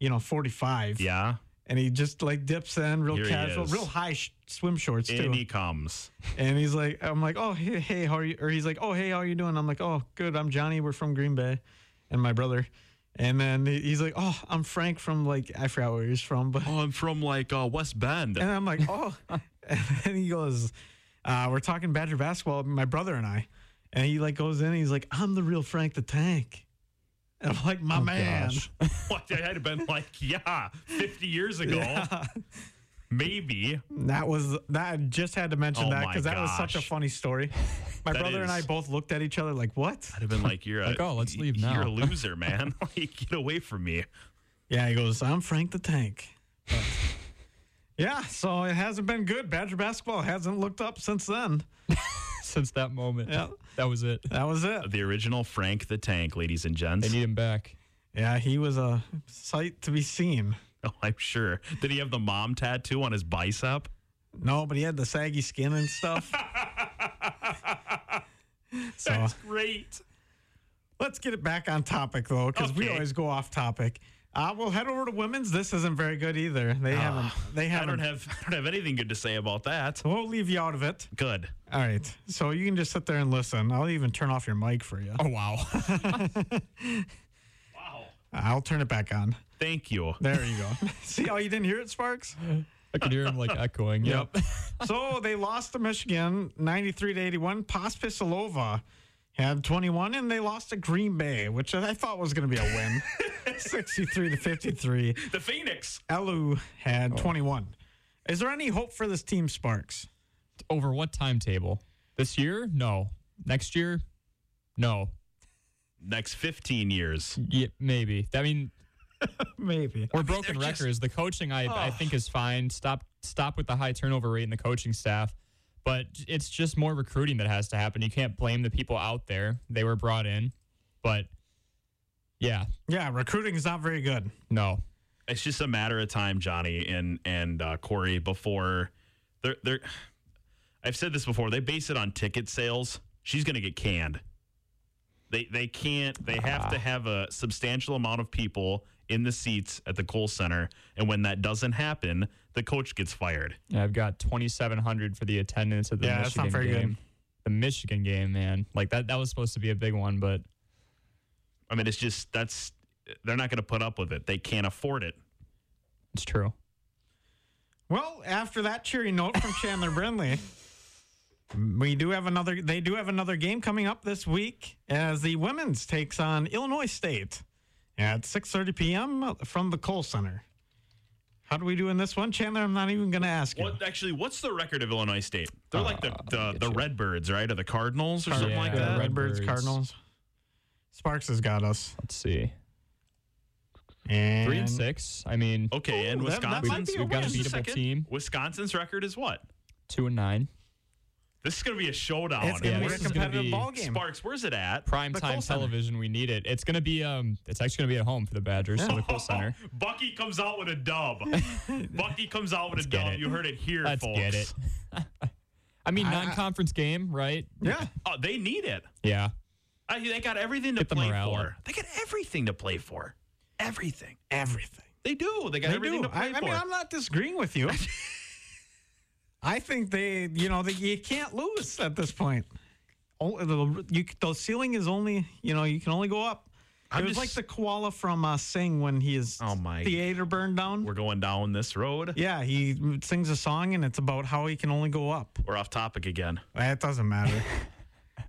Speaker 1: you know, 45.
Speaker 3: Yeah.
Speaker 1: And he just like dips in real
Speaker 3: Here he
Speaker 1: casual,
Speaker 3: is.
Speaker 1: real high sh- swim shorts, too.
Speaker 3: In he comes.
Speaker 1: and he's like, I'm like, oh, hey, hey, how are you? Or he's like, oh, hey, how are you doing? I'm like, oh, good. I'm Johnny. We're from Green Bay. And my brother. And then he- he's like, oh, I'm Frank from like, I forgot where he's from, but
Speaker 3: Oh, I'm from like uh, West Bend.
Speaker 1: and I'm like, oh. and then he goes, uh, we're talking Badger basketball, my brother and I. And he like goes in and he's like, I'm the real Frank the Tank. And I'm like, my
Speaker 3: Oh,
Speaker 1: man.
Speaker 2: gosh.
Speaker 3: what? I had been like, yeah, 50 years ago.
Speaker 1: Yeah.
Speaker 3: Maybe.
Speaker 1: That was that I just had to mention
Speaker 3: Oh
Speaker 1: that
Speaker 3: my
Speaker 1: because that was such a
Speaker 3: gosh.
Speaker 1: funny story. My
Speaker 3: That
Speaker 1: brother and I
Speaker 3: is-
Speaker 1: both looked at each other like, what?
Speaker 3: I'd have been like, you're a,
Speaker 2: Like, oh, let's leave
Speaker 3: You're
Speaker 2: now.
Speaker 3: a loser, man. like, get away from me.
Speaker 1: Yeah, he goes, I'm Frank the Tank. But- yeah, so it hasn't been good. Badger basketball hasn't looked up since then.
Speaker 2: since that moment.
Speaker 1: Yeah.
Speaker 2: That was it.
Speaker 1: That was it.
Speaker 3: The original Frank the Tank, ladies and
Speaker 2: They
Speaker 3: gents.
Speaker 2: need him back.
Speaker 1: Yeah, he was a sight to be seen.
Speaker 3: oh, I'm sure. Did he have the mom tattoo on his bicep?
Speaker 1: No, but he had the saggy skin and stuff. so
Speaker 3: great.
Speaker 1: let's get it back on topic though, because we
Speaker 3: Okay.
Speaker 1: always go off topic. Uh, we'll head over to women's. This isn't very good either. They haven't. They
Speaker 3: Ah, I don't
Speaker 1: haven't.
Speaker 3: have I don't have anything good to say about that.
Speaker 1: we'll leave you out of it.
Speaker 3: Good.
Speaker 1: All right. So you can just sit there and listen. I'll even turn off your mic for you.
Speaker 2: Oh wow.
Speaker 3: Wow.
Speaker 1: I'll turn it back on.
Speaker 3: Thank you.
Speaker 1: There you go. See how you didn't hear it, Sparks?
Speaker 2: I could hear him like echoing.
Speaker 1: so they lost to Michigan 93 to 81. Pospisilova had 21, and they lost to Green Bay, which I thought was going to be a win 63 to 53.
Speaker 3: The Phoenix.
Speaker 1: Elu had 21. Is there any hope for this team, Sparks?
Speaker 2: Over what timetable? This year? No. Next year? No.
Speaker 3: Next 15 years.
Speaker 2: Yeah, maybe. I mean,
Speaker 1: Maybe.
Speaker 2: Or broken
Speaker 3: they're just-
Speaker 2: records. The coaching I, I think is fine. Stop stop with the high turnover rate in the coaching staff. But it's just more recruiting that has to happen. You can't blame the people out there. They were brought in. But yeah,
Speaker 1: Yeah, recruiting is not very good.
Speaker 2: no.
Speaker 3: It's just a matter of time, Johnny and and uh, Corey. Before they're they're, I've said this before. They base it on ticket sales. She's gonna get canned. They they can't. They have to have a substantial amount of people in the seats at the Kohl Center, and when that doesn't happen, the coach gets fired.
Speaker 2: I've got 2700 for the attendance at the
Speaker 1: Yeah, that's
Speaker 2: Michigan
Speaker 1: not very good.
Speaker 2: game. The Michigan game, man. Like that that was supposed to be a big one, but
Speaker 3: I mean, it's just that's they're not gonna put up with it. They can't afford it.
Speaker 2: it's true.
Speaker 1: Well, after that cheery note from Chandler Brindley, we do have another. They do have another game coming up this week as the women's takes on Illinois State at 6:30 p.m. from the Cole Center. How do we do in this one, Chandler? I'm not even going to ask you.
Speaker 3: What actually? What's the record of Illinois State? They're like the the, the Redbirds, right, or the Cardinals, or something
Speaker 2: Yeah,
Speaker 3: like
Speaker 2: the
Speaker 3: that.
Speaker 1: Redbirds,
Speaker 2: Redbirds.
Speaker 1: Cardinals. Sparks has got us.
Speaker 2: Let's see.
Speaker 1: And Oh.
Speaker 2: 3 and 6. I mean,
Speaker 3: Okay, and
Speaker 1: Ooh, that- that might
Speaker 3: Wisconsin's
Speaker 1: be a We've got a win.
Speaker 2: beatable
Speaker 3: Just second.
Speaker 2: team.
Speaker 3: Wisconsin's record is what?
Speaker 2: 2 and 9.
Speaker 3: This is going to be a showdown.
Speaker 1: It's going
Speaker 2: Oh,
Speaker 1: to
Speaker 2: Yeah,
Speaker 1: be a
Speaker 2: this is gonna
Speaker 1: competitive
Speaker 2: be
Speaker 1: ball game.
Speaker 3: Sparks, where's it at?
Speaker 2: Prime
Speaker 1: The
Speaker 2: time
Speaker 1: Kohl Center.
Speaker 2: television, we need it. It's going to be um it's actually going to be at home for the Badgers, so the Kohl Center.
Speaker 3: Bucky comes out with a dub. Bucky comes out with a
Speaker 2: get
Speaker 3: dub.
Speaker 2: it.
Speaker 3: You heard it here,
Speaker 2: Let's
Speaker 3: folks.
Speaker 2: get it. I mean,
Speaker 1: I- I-
Speaker 2: non-conference game, right?
Speaker 1: Yeah.
Speaker 3: Oh, they need it.
Speaker 2: Yeah.
Speaker 3: I, they got everything to
Speaker 2: Get the
Speaker 3: play
Speaker 2: morale
Speaker 3: for.
Speaker 2: up.
Speaker 3: They got everything to play for. Everything.
Speaker 1: Everything.
Speaker 3: They do. They got
Speaker 1: They
Speaker 3: everything
Speaker 1: do.
Speaker 3: to
Speaker 1: I,
Speaker 3: play
Speaker 1: I
Speaker 3: for.
Speaker 1: mean, I'm not disagreeing with you. I think they, you know, that you can't lose at this point. Oh, the, you, the ceiling is only, you know, you can only go up.
Speaker 3: I'm
Speaker 1: it was
Speaker 3: just-
Speaker 1: like the koala from uh, Sing when his
Speaker 3: Oh, my.
Speaker 1: theater burned down.
Speaker 3: We're going down this road.
Speaker 1: yeah, he sings a song and it's about how he can only go up.
Speaker 3: We're off topic again.
Speaker 1: It doesn't matter.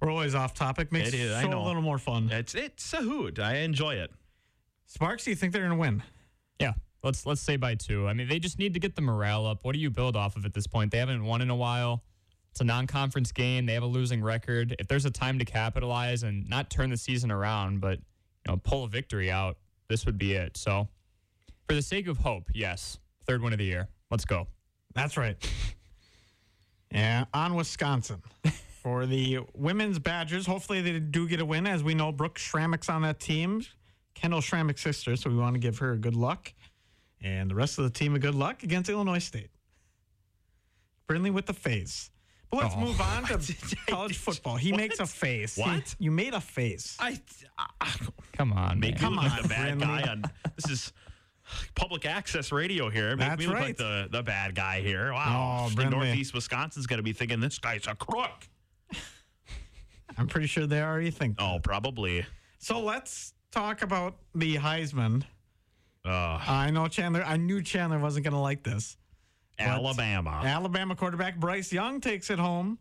Speaker 1: We're always off topic. Makes
Speaker 3: It is,
Speaker 1: it
Speaker 3: I
Speaker 1: so a
Speaker 3: know.
Speaker 1: little more fun.
Speaker 3: It's it's a hoot. I enjoy it.
Speaker 1: Sparks, do you think they're gonna win?
Speaker 2: Yeah. Let's let's say by two. I mean, they just need to get the morale up. What do you build off of at this point? They haven't won in a while. It's a non-conference game. They have a losing record. If there's a time to capitalize and not turn the season around, but you know, pull a victory out, this would be it. So, for the sake of hope, yes, third win of the year. Let's go.
Speaker 1: That's right. Yeah, on Wisconsin for the women's Badgers. Hopefully, they do get a win. As we know, Brooke Schrammick's on that team, Kendall Schrammick's sister. So we want to give her good luck, and the rest of the team a good luck against Illinois State. Brindley with the face. But let's
Speaker 2: Oh.
Speaker 1: move on to college football. He makes a face.
Speaker 3: What?
Speaker 1: You made a face.
Speaker 3: I, I
Speaker 2: Come on,
Speaker 3: make
Speaker 2: man.
Speaker 3: come
Speaker 1: Come
Speaker 3: on,
Speaker 1: on,
Speaker 3: the
Speaker 1: Brandon.
Speaker 3: bad guy. On, this is public access radio here. Make
Speaker 1: That's
Speaker 3: me look like
Speaker 1: right.
Speaker 3: the, the bad guy here. Wow.
Speaker 1: Oh,
Speaker 3: The
Speaker 1: Brandon.
Speaker 3: Northeast Wisconsin's going to be thinking this guy's a crook.
Speaker 1: I'm pretty sure they already think.
Speaker 3: Oh, probably.
Speaker 1: So let's talk about the Heisman.
Speaker 3: Uh,
Speaker 1: I know Chandler. I knew Chandler wasn't going to like this.
Speaker 3: Alabama.
Speaker 1: Alabama quarterback Bryce Young takes it home.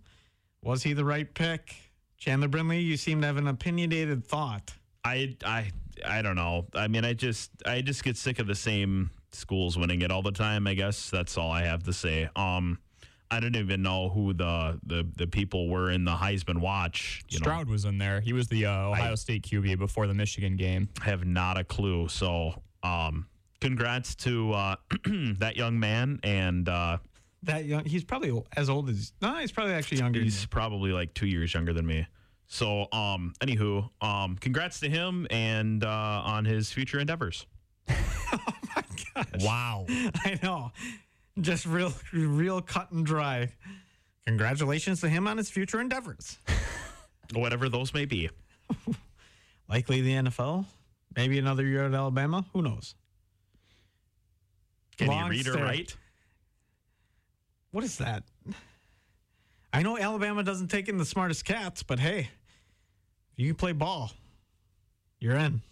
Speaker 1: Was he the right pick? Chandler Brindley, you seem to have an opinionated thought.
Speaker 3: I, I, I don't know. I mean, I just, I just get sick of the same schools winning it all the time. I guess that's all I have to say. Um, I don't even know who the, the, the people were in the Heisman watch. You know,
Speaker 2: Stroud was in there. He was the uh, Ohio State QB before the Michigan game.
Speaker 3: have not a clue. So, um, congrats to uh, that young man, and uh,
Speaker 1: that young. He's probably as old as no, he's probably actually younger. than
Speaker 3: He's
Speaker 1: you.
Speaker 3: probably like two years younger than me. So, um, anywho, um, congrats to him and uh, on his future endeavors.
Speaker 2: Wow.
Speaker 1: I know, just real, real cut and dry. Congratulations to him on his future endeavors.
Speaker 3: Whatever those may be.
Speaker 1: Likely the NFL, maybe another year at Alabama. Who knows?
Speaker 3: Can
Speaker 1: Long
Speaker 3: he read
Speaker 1: stare.
Speaker 3: or write?
Speaker 1: What is that? I know Alabama doesn't take in the smartest cats, but hey, you can play ball. You're in.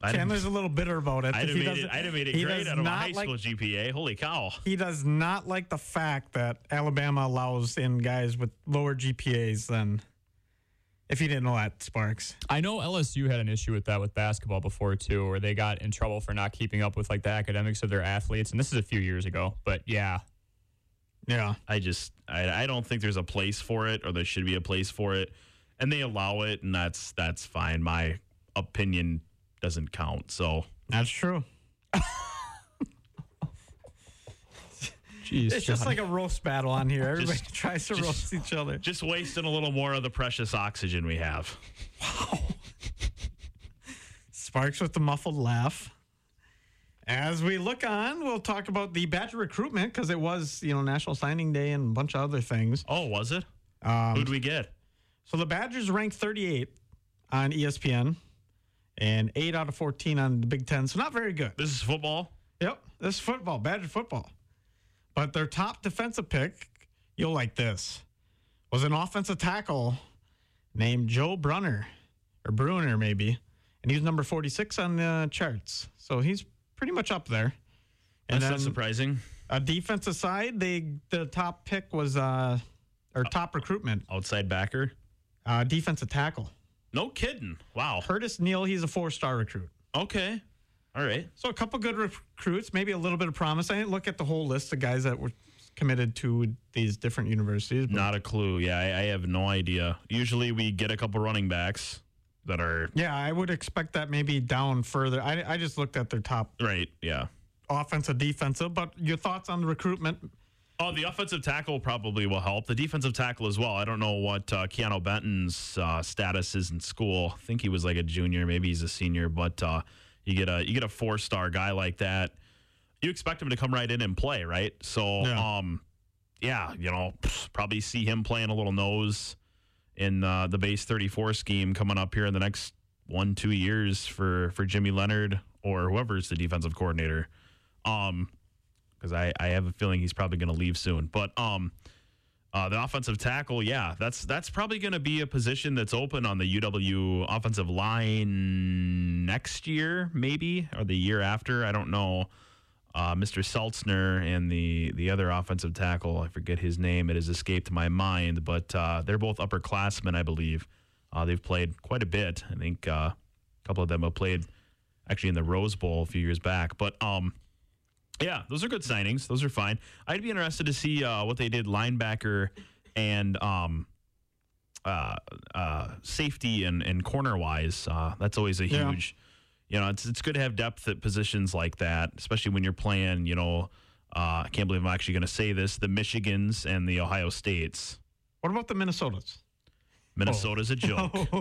Speaker 3: I'd have-
Speaker 1: Chandler's a little bitter about it. He
Speaker 3: I'd have made it,
Speaker 1: doesn't-
Speaker 3: I'd have made it
Speaker 1: he
Speaker 3: great
Speaker 1: does
Speaker 3: out of my
Speaker 1: not
Speaker 3: high
Speaker 1: like-
Speaker 3: school GPA. Holy cow.
Speaker 1: he does not like the fact that Alabama allows in guys with lower GPAs than. If you didn't know that, Sparks.
Speaker 2: I know LSU had an issue with that with basketball before too, where they got in trouble for not keeping up with like the academics of their athletes, and this is a few years ago. But yeah,
Speaker 1: Yeah.
Speaker 3: I just, I, I don't think there's a place for it or there should be a place for it. And they allow it, and that's, that's fine. My opinion doesn't count. So,
Speaker 1: That's true.
Speaker 2: jeez,
Speaker 1: It's just like a roast battle on here. Everybody
Speaker 3: Just-
Speaker 1: tries to
Speaker 3: just-
Speaker 1: roast each other.
Speaker 3: just wasting a little more of the precious oxygen we have.
Speaker 1: Sparks with the muffled laugh. As we look on, we'll talk about the batch of recruitment because it was, you know, National Signing Day and a bunch of other things.
Speaker 3: Oh, was it?
Speaker 1: Um,
Speaker 3: Who'd we get?
Speaker 1: so the Badgers ranked 38th on E ESPN and 8 out of 14 on the Big Ten. So not very good.
Speaker 3: This is football.
Speaker 1: Yep, this is football, Badger football. But their top defensive pick, you'll like this, was an offensive tackle named Joe Brunner, or Bruner maybe, and he was number 46 on the charts. So he's pretty much up there. And
Speaker 3: That's not
Speaker 1: then
Speaker 3: surprising.
Speaker 1: a defensive side, they the top pick was uh or top recruitment,
Speaker 3: Outside backer.
Speaker 1: uh, defensive tackle.
Speaker 3: No kidding. Wow.
Speaker 1: Curtis Neal, he's a four-star recruit.
Speaker 3: Okay. All right.
Speaker 1: So a couple good recruits, maybe a little bit of promise. I didn't look at the whole list of guys that were committed to these different universities. but-
Speaker 3: Not a clue. Yeah, I, I have no idea. Usually we get a couple running backs that are
Speaker 1: Yeah, I would expect that maybe down further. I, I just looked at their top
Speaker 3: right. Yeah.
Speaker 1: offensive, defensive. But your thoughts on the recruitment?
Speaker 3: Oh, the offensive tackle probably will help. The defensive tackle as well. I don't know what uh, Keanu Benton's uh, status is in school. I think he was like a junior, maybe he's a senior. But uh, you get a you get a four star guy like that. You expect him to come right in and play, right? So,
Speaker 1: Yeah.
Speaker 3: um, yeah, you know, probably see him playing a little nose in uh, the base thirty four scheme coming up here in the next one two years for for Jimmy Leonard or whoever's the defensive coordinator. Um, because I, I have a feeling he's probably going to leave soon. But um, uh, the offensive tackle, yeah, that's that's probably going to be a position that's open on the UW offensive line next year, maybe or the year after. I don't know. Uh, Mr. Seltzner and the the other offensive tackle, I forget his name. It has escaped my mind, but uh, they're both upperclassmen, I believe. Uh, they've played quite a bit. I think uh, a couple of them have played actually in the Rose Bowl a few years back. But um, yeah, those are good signings. Those are fine. I'd be interested to see uh, what they did linebacker and um, uh, uh, safety and, and corner wise. Uh, that's always a
Speaker 1: Yeah.
Speaker 3: huge, you know, it's, it's good to have depth at positions like that, especially when you're playing, you know, uh, I can't believe I'm actually going to say this the Michigans and the Ohio States.
Speaker 1: What about the Minnesotas?
Speaker 3: Minnesota's a joke. That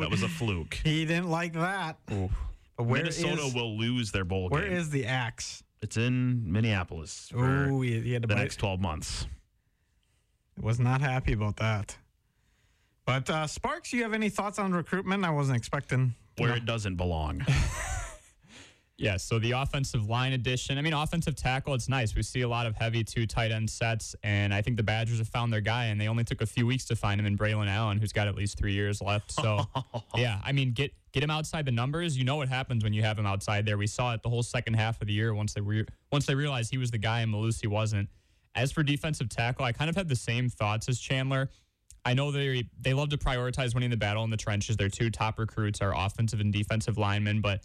Speaker 1: that
Speaker 3: was a fluke.
Speaker 1: he didn't like that. But where
Speaker 3: Minnesota
Speaker 1: is-
Speaker 3: will lose their bowl
Speaker 1: where
Speaker 3: game.
Speaker 1: is the axe?
Speaker 3: it's in Minneapolis for
Speaker 1: Oh, he, he had to
Speaker 3: the
Speaker 1: bite.
Speaker 3: next 12 months.
Speaker 1: Was not happy about that. But uh, Sparks, you have any thoughts on recruitment? I wasn't expecting. to
Speaker 3: Where
Speaker 1: know.
Speaker 3: it doesn't belong.
Speaker 2: Yeah, so the offensive line addition. I mean, offensive tackle, it's nice. We see a lot of heavy two tight end sets, and I think the Badgers have found their guy, and they only took a few weeks to find him in Braylon Allen, who's got at least three years left. So, yeah, I mean, get get him outside the numbers. You know what happens when you have him outside there. We saw it the whole second half of the year once they re- once they realized he was the guy and Malusi wasn't. As for defensive tackle, I kind of had the same thoughts as Chandler. I know they they love to prioritize winning the battle in the trenches. Their two top recruits are offensive and defensive linemen, but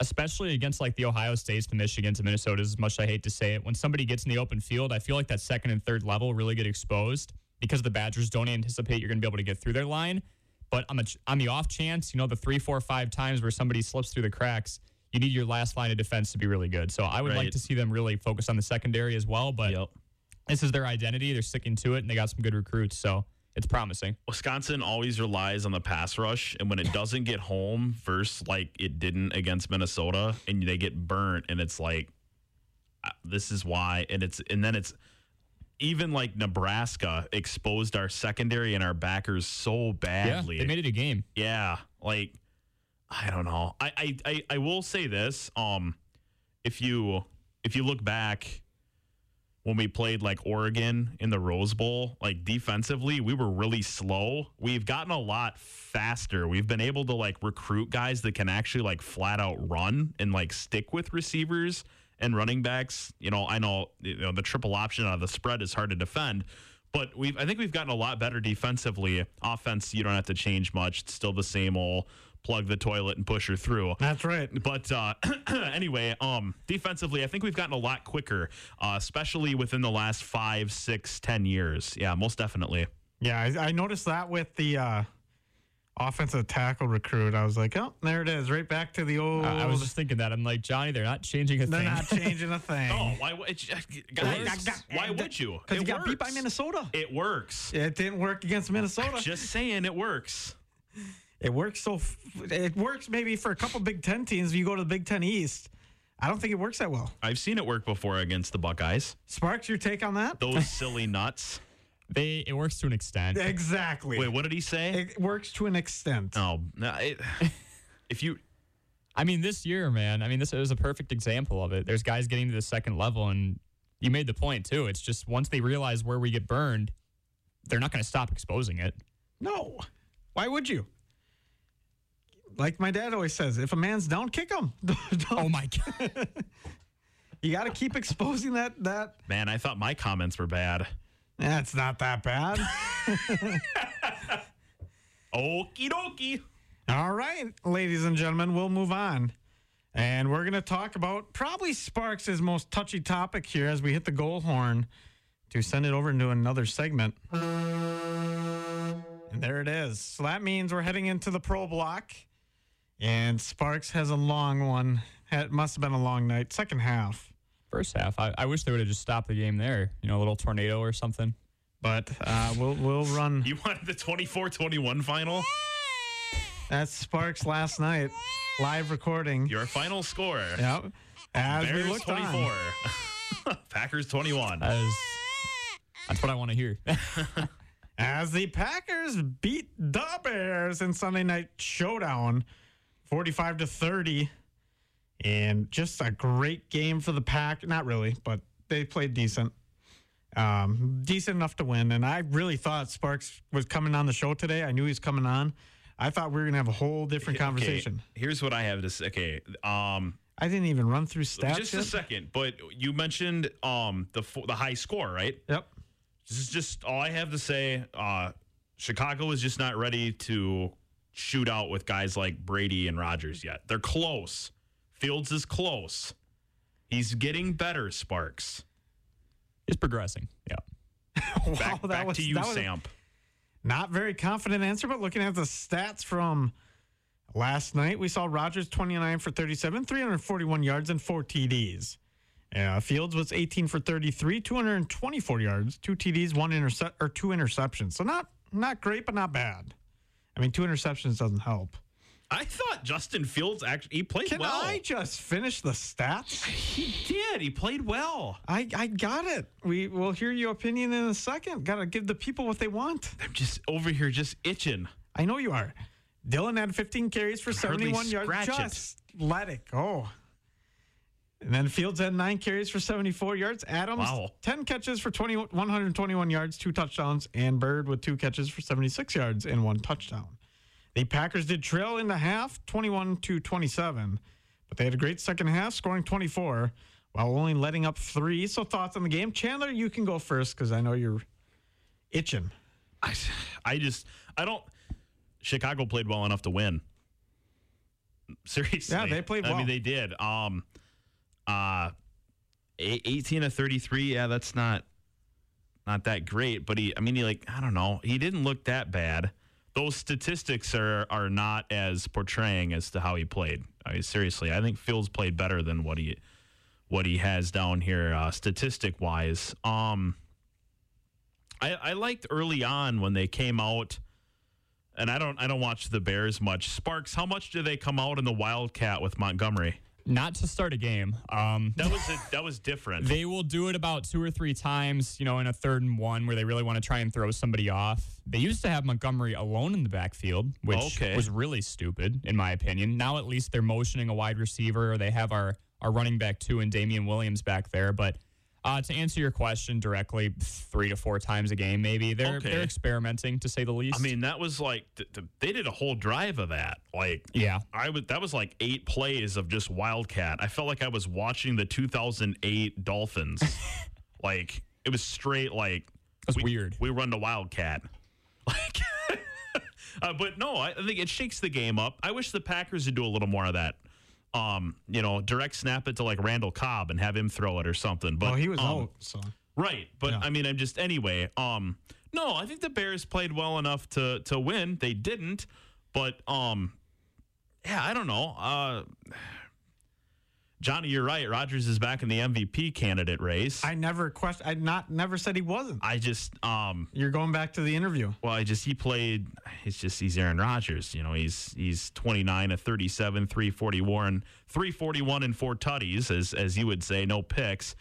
Speaker 2: especially against like the Ohio States, the Michigans, and Minnesotas, as much as I hate to say it, when somebody gets in the open field, I feel like that second and third level really get exposed because the Badgers don't anticipate you're going to be able to get through their line. But on the, ch- on the off chance, you know, the three, four, five times where somebody slips through the cracks, you need your last line of defense to be really good. So I would like
Speaker 3: Right.
Speaker 2: to see them really focus on the secondary as well. But
Speaker 3: Yep.
Speaker 2: this is their identity. They're sticking to it, and they got some good recruits. So it's promising.
Speaker 3: Wisconsin always relies on the pass rush, and when it doesn't get home, first like it didn't against Minnesota, and they get burnt, and it's like, uh, this is why, and it's and then it's even like Nebraska exposed our secondary and our backers so badly.
Speaker 2: Yeah, they made it a game.
Speaker 3: Yeah, like I don't know. I, I I I will say this. Um, if you if you look back when we played like Oregon in the Rose Bowl, like defensively, we were really slow. We've gotten a lot faster. We've been able to like recruit guys that can actually like flat out run and like stick with receivers and running backs. You know, I know, you know the triple option out of the spread is hard to defend, but we've I think we've gotten a lot better defensively. Offense, you don't have to change much. It's still the same old plug the toilet and push her through.
Speaker 1: That's right.
Speaker 3: But uh, anyway, um, defensively, I think we've gotten a lot quicker, uh, especially within the last five, six, ten years. Yeah, most definitely.
Speaker 1: Yeah, I, I noticed that with the uh, offensive tackle recruit. I was like, oh, there it is, right back to the
Speaker 3: Uh,
Speaker 1: old.
Speaker 2: I I was just thinking that. I'm like, Johnny, Oh. they're not changing a
Speaker 1: they're
Speaker 2: thing.
Speaker 1: not changing a thing.
Speaker 3: Oh, why, would- guys, why would you?
Speaker 1: Because he
Speaker 3: It
Speaker 1: got beat by
Speaker 3: works.
Speaker 1: Minnesota.
Speaker 3: It works.
Speaker 1: It didn't work against Minnesota.
Speaker 3: Just saying, it works.
Speaker 1: It works so. F- it works maybe for a couple Big Ten teams. If you go to the Big Ten East, I don't think it works that well.
Speaker 3: I've seen it work before against the Buckeyes.
Speaker 1: Sparks, your take on that?
Speaker 3: Those silly nuts.
Speaker 2: they it works to an extent.
Speaker 1: Exactly.
Speaker 3: Wait, what did he say?
Speaker 1: It works to an extent.
Speaker 3: Oh, no, it, if you
Speaker 2: I mean, this year, man. I mean, this is a perfect example of it. There's guys getting to the second level, and you made the point too. It's just once they realize where we get burned, they're not going to stop exposing it.
Speaker 1: No. Why would you? Like my dad always says, if a man's down, kick him. Don't-
Speaker 2: Oh my god!
Speaker 1: you got to keep exposing that. That
Speaker 3: man, I thought my comments were bad.
Speaker 1: that's not that bad.
Speaker 3: Okie dokie.
Speaker 1: All right, ladies and gentlemen, we'll move on. And we're going to talk about probably Sparks' most touchy topic here as we hit the goal horn to send it over into another segment. And there it is. So that means we're heading into the pro block. And Sparks has a long one. It must have been a long night, second half.
Speaker 2: First half, I, I wish they would have just stopped the game there. You know, a little tornado or something.
Speaker 1: But uh, we'll, we'll run.
Speaker 3: You wanted the 24 21 final?
Speaker 1: That's Sparks last night, live recording.
Speaker 3: Your final score.
Speaker 1: Yep. As we
Speaker 3: Bears
Speaker 1: looked on. Uh,
Speaker 3: 24. Packers 21.
Speaker 2: That is, that's what I want to hear.
Speaker 1: as the Packers beat the Bears in Sunday night showdown 45 to 30 and just a great game for the Pack not really but they played decent um, decent enough to win and I really thought Sparks was coming on the show today I knew he was coming on I thought we were going to have a whole different
Speaker 3: Okay,
Speaker 1: conversation
Speaker 3: here's what I have to say. Okay. Um,
Speaker 1: I didn't even run through stats
Speaker 3: just
Speaker 1: yet.
Speaker 3: a second, but you mentioned um, the fo- the high score, right?
Speaker 1: yep
Speaker 3: This is just all I have to say. Uh, Chicago is just not ready to shoot out with guys like Brady and Rogers yet. They're close. Fields is close. He's getting better, Sparks.
Speaker 2: it's progressing. Yeah.
Speaker 1: wow
Speaker 3: Back, back to you,
Speaker 1: Oh, that was-
Speaker 3: Sam.
Speaker 1: Not very confident answer, but looking at the stats from last night, we saw Rogers 29 for 37, 341 yards, and four TDs. Uh, Fields was 18 for 33, 224 yards, two TDs, one intercept or two interceptions. So not not great, but not bad. I mean, two interceptions doesn't help.
Speaker 3: I thought Justin Fields actually he played
Speaker 1: Can
Speaker 3: well.
Speaker 1: I just finish the stats?
Speaker 3: He did. He played well.
Speaker 1: I, I got it. We will hear your opinion in a second. Gotta give the people what they want.
Speaker 3: I'm just over here just itching.
Speaker 1: I know you are. Dylan had 15 carries for
Speaker 3: hardly
Speaker 1: 71 yards.
Speaker 3: scratch it.
Speaker 1: Just let it go. And then Fields had nine carries for 74 yards. Adams,
Speaker 3: Wow.
Speaker 1: 10 catches for 20, 121 yards, two touchdowns. And Bird with two catches for 76 yards and one touchdown. The Packers did trail in the half, 21 to 27. But they had a great second half, scoring 24 while only letting up three. So thoughts on the game? Chandler, you can go first because I know you're itching.
Speaker 3: I, I just I don't. Chicago played well enough to win. Seriously,
Speaker 1: Yeah, they played
Speaker 3: I
Speaker 1: well.
Speaker 3: mean, they did. Um, uh, eight- eighteen to thirty-three. Yeah, that's not not that great. But he, I mean, he like I don't know. He didn't look that bad. Those statistics are are not as portraying as to how he played. I mean, seriously, I think Fields played better than what he what he has down here uh, statistic wise. Um, I, I liked early on when they came out, and I don't I don't watch the Bears much. Sparks, how much do they come out in the Wildcat with Montgomery?
Speaker 2: Not to start a game. Um,
Speaker 3: That was a, that was different.
Speaker 2: They will do it about two or three times, you know, in a third and one where they really want to try and throw somebody off. They used to have Montgomery alone in the backfield, which
Speaker 3: Okay.
Speaker 2: was really stupid, in my opinion. Now at least they're motioning a wide receiver or they have our, our running back two and Damian Williams back there. But uh, to answer your question directly, three to four times a game, maybe. They're,
Speaker 3: Okay.
Speaker 2: they're experimenting, to say the least.
Speaker 3: I mean, that was like th- th- they did a whole drive of that. Like
Speaker 2: yeah.
Speaker 3: I would that was like eight plays of just Wildcat. I felt like I was watching the 2008 Dolphins. like it was straight like
Speaker 2: That's
Speaker 3: we,
Speaker 2: weird.
Speaker 3: We run the Wildcat. Like, uh, but no, I I think it shakes the game up. I wish the Packers would do a little more of that. Um, you know, direct snap it to like Randall Cobb and have him throw it or something. But
Speaker 1: Well, Oh, he was
Speaker 3: um,
Speaker 1: out, so
Speaker 3: Right, but
Speaker 1: Yeah.
Speaker 3: I mean, I'm just anyway. Um, no, I think the Bears played well enough to to win. They didn't, but um, yeah, I don't know. Uh, Johnny, you're right. Rogers is back in the MVP candidate race.
Speaker 1: I never question. I not never said he wasn't.
Speaker 3: I just um,
Speaker 1: You're going back to the interview.
Speaker 3: well, I just he played. It's just he's Aaron Rodgers. You know, he's he's 29, a 37, 341, 341 and four tutties, as as you would say, no picks.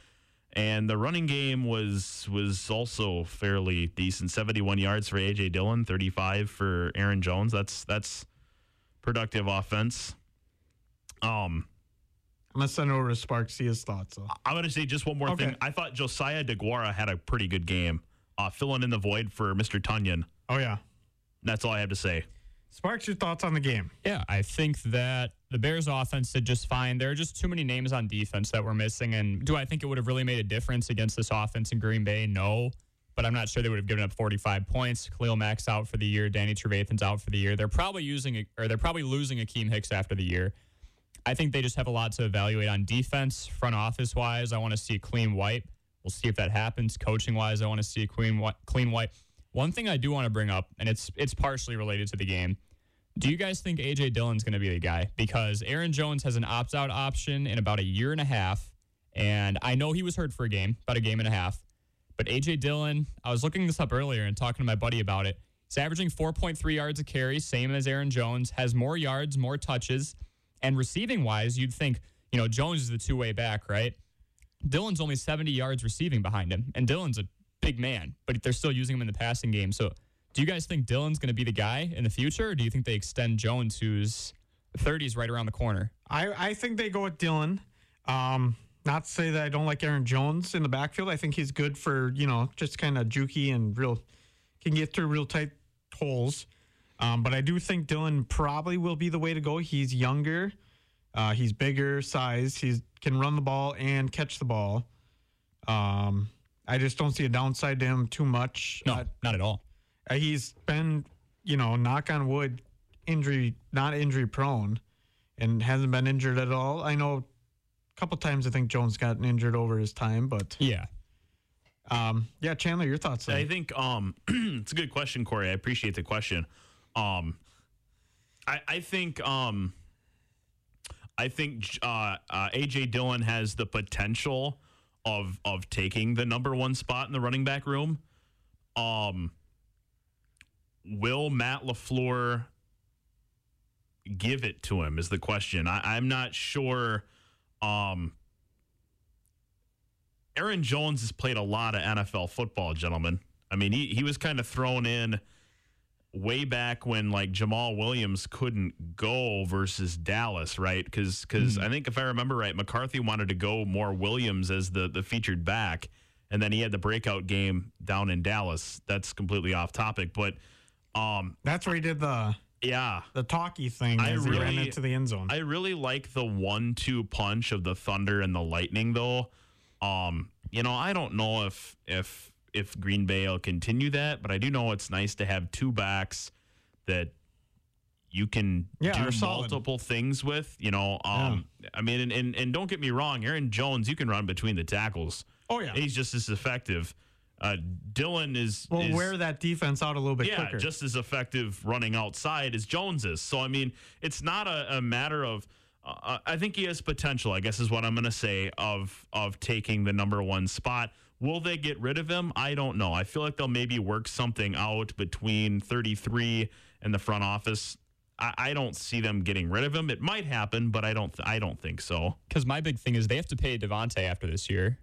Speaker 3: And the running game was was also fairly decent. 71 yards for AJ Dillon, 35 for Aaron Jones. That's that's productive offense. Um,
Speaker 1: I'm gonna send it over to Spark. See his thoughts. though.
Speaker 3: I'm going to say just one more
Speaker 1: Okay.
Speaker 3: thing. I thought Josiah DeGuara had a pretty good game, uh, filling in the void for Mr. Tunyon.
Speaker 1: Oh yeah,
Speaker 3: That's all I have to say.
Speaker 1: Sparks, your thoughts on the game?
Speaker 2: Yeah, I think that the Bears offense did just fine. There are just too many names on defense that we're missing. And do I think it would have really made a difference against this offense in Green Bay? No. But I'm not sure they would have given up 45 points. Khalil Mack's out for the year. Danny Trevathan's out for the year. They're probably using or they're probably losing Akeem Hicks after the year. I think they just have a lot to evaluate on defense, front office wise. I want to see a clean wipe. We'll see if that happens. Coaching wise, I want to see a clean wi- clean wipe. One thing I do want to bring up, and it's it's partially related to the game. Do you guys think AJ Dillon's going to be the guy? Because Aaron Jones has an opt out option in about a year and a half, and I know he was hurt for a game, about a game and a half. But AJ Dillon, I was looking this up earlier and talking to my buddy about it. He's averaging 4.3 yards a carry, same as Aaron Jones, has more yards, more touches. And receiving wise, you'd think, you know, Jones is the two way back, right? Dylan's only 70 yards receiving behind him, and Dylan's a big man, but they're still using him in the passing game. So, do you guys think Dylan's going to be the guy in the future, or do you think they extend Jones, who's 30s right around the corner?
Speaker 1: I, I think they go with Dylan. Um, not to say that I don't like Aaron Jones in the backfield. I think he's good for, you know, just kind of jukey and real, can get through real tight holes. Um, but I do think Dylan probably will be the way to go. He's younger, uh, he's bigger size, he can run the ball and catch the ball. Um, I just don't see a downside to him too much.
Speaker 2: No,
Speaker 1: Uh,
Speaker 2: not at all.
Speaker 1: uh, he's been, you know, knock on wood, injury not injury prone, and hasn't been injured at all. I know a couple times I think Jones gotten injured over his time, but
Speaker 2: Yeah.
Speaker 1: um, yeah, Chandler, your thoughts? on
Speaker 3: I
Speaker 1: it?
Speaker 3: think um, it's a good question, Corey. I appreciate the question. Um, I, I think um, I think uh, uh, AJ Dillon has the potential of of taking the number one spot in the running back room. Um, will Matt Lafleur give it to him? Is the question. I, I'm not sure. Um, Aaron Jones has played a lot of NFL football, gentlemen. I mean, he, he was kind of thrown in way back when like Jamal Williams couldn't go versus Dallas, right? Because I think if I remember right, McCarthy wanted to go more Williams as the the featured back, and then he had the breakout game down in Dallas. That's completely off topic, but um,
Speaker 1: That's where he did the
Speaker 3: yeah,
Speaker 1: the talkie thing
Speaker 3: I
Speaker 1: as he ran
Speaker 3: really-
Speaker 1: into the end zone.
Speaker 3: I really like the one-two punch of the Thunder and the Lightning, though. Um, you know, I don't know if if if Green Bay will continue that, but I do know it's nice to have two backs that you can
Speaker 1: Yeah, are
Speaker 3: do
Speaker 1: solid.
Speaker 3: multiple things with. You know, um, I mean, and, and and don't get me wrong, Aaron Jones, you can run between the tackles.
Speaker 1: oh yeah.
Speaker 3: He's just as effective. Uh, Dylan is
Speaker 1: We'll
Speaker 3: is-
Speaker 1: wear that defense out a little bit
Speaker 3: yeah,
Speaker 1: quicker.
Speaker 3: just as effective running outside as Jones is. So I mean, it's not a, a matter of uh, I think he has potential. I guess is what I'm going to say of of taking the number one spot. Will they get rid of him? I don't know. I feel like they'll maybe work something out between 33 and the front office. I, I don't see them getting rid of him. It might happen, but I don't. I don't think so.
Speaker 2: Because my big thing is they have to pay Devonte after this year.